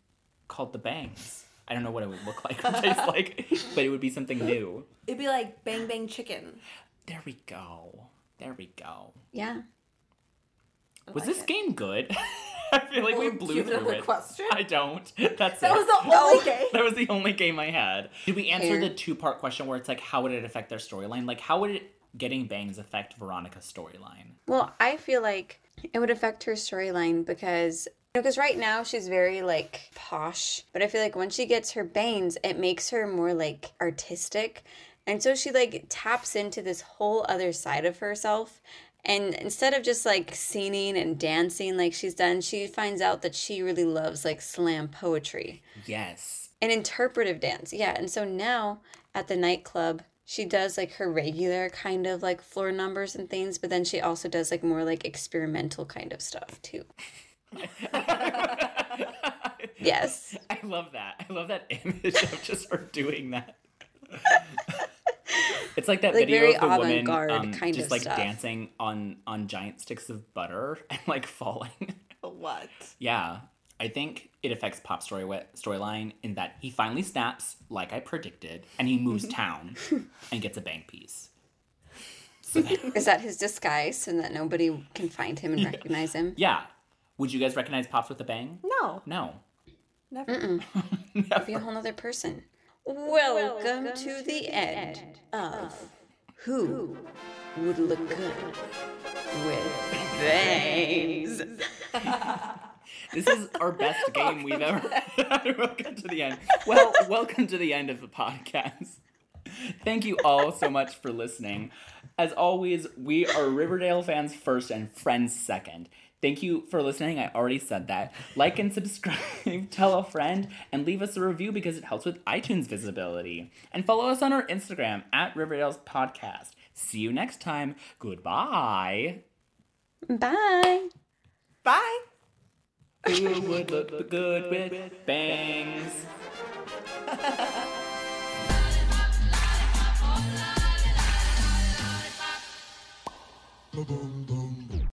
[SPEAKER 1] called the bangs. I don't know what it would look like or taste like, but it would be something new.
[SPEAKER 4] It'd be like bang bang chicken.
[SPEAKER 1] There we go. There we go.
[SPEAKER 3] Yeah.
[SPEAKER 1] was this game good? I feel like we
[SPEAKER 4] Well, do
[SPEAKER 1] blew
[SPEAKER 4] you have
[SPEAKER 1] through
[SPEAKER 4] another
[SPEAKER 1] it.
[SPEAKER 4] question?
[SPEAKER 1] I don't. That's
[SPEAKER 4] That
[SPEAKER 1] it.
[SPEAKER 4] was the only game.
[SPEAKER 1] that was the only game I had. Did we answer
[SPEAKER 3] Fair.
[SPEAKER 1] the two-part question where it's like, how would it affect their storyline? Like, how would it getting bangs affect Veronica's storyline?
[SPEAKER 3] Well, I feel like it would affect her storyline because because right now she's very like posh, but I feel like once she gets her bangs, it makes her more like artistic. And so she like taps into this whole other side of herself. And instead of just like singing and dancing like she's done, she finds out that she really loves like slam poetry
[SPEAKER 1] Yes.
[SPEAKER 3] an interpretive dance yeah and so now at the nightclub she does like her regular kind of like floor numbers and things but then she also does like more like experimental kind of stuff too yes
[SPEAKER 1] I love that. I love that image of just her doing that. it's like that
[SPEAKER 3] Like,
[SPEAKER 1] video
[SPEAKER 3] very
[SPEAKER 1] of the woman
[SPEAKER 3] avant-garde
[SPEAKER 1] um,
[SPEAKER 3] kind
[SPEAKER 1] just
[SPEAKER 3] of
[SPEAKER 1] like
[SPEAKER 3] stuff.
[SPEAKER 1] dancing on on giant sticks of butter and like falling.
[SPEAKER 4] What?
[SPEAKER 1] yeah, I think it affects Pop's story storyline in that he finally snaps, like I predicted, and he
[SPEAKER 3] Mm-hmm.
[SPEAKER 1] moves town and gets a bank piece. So that-
[SPEAKER 3] is that his disguise and that nobody can find him and recognize him
[SPEAKER 1] yeah, would you guys recognize Pops with a bang?
[SPEAKER 4] No,
[SPEAKER 1] No.
[SPEAKER 4] never.
[SPEAKER 3] be a whole nother person welcome, to, the, end, of who would look good with bangs
[SPEAKER 1] This is our best game we've ever had. welcome to the end. Well, welcome to the end of the podcast. Thank you all so much for listening. As always, we are Riverdale fans first and friends second. Thank you for listening. I already said that. Like and subscribe, tell a friend, and leave us a review because it helps with iTunes visibility. And follow us on our Instagram at Riverdale's Podcast. See you next time. Goodbye.
[SPEAKER 3] bye
[SPEAKER 4] Bye.
[SPEAKER 1] Who would look good with bangs?
[SPEAKER 5] Boom, boom.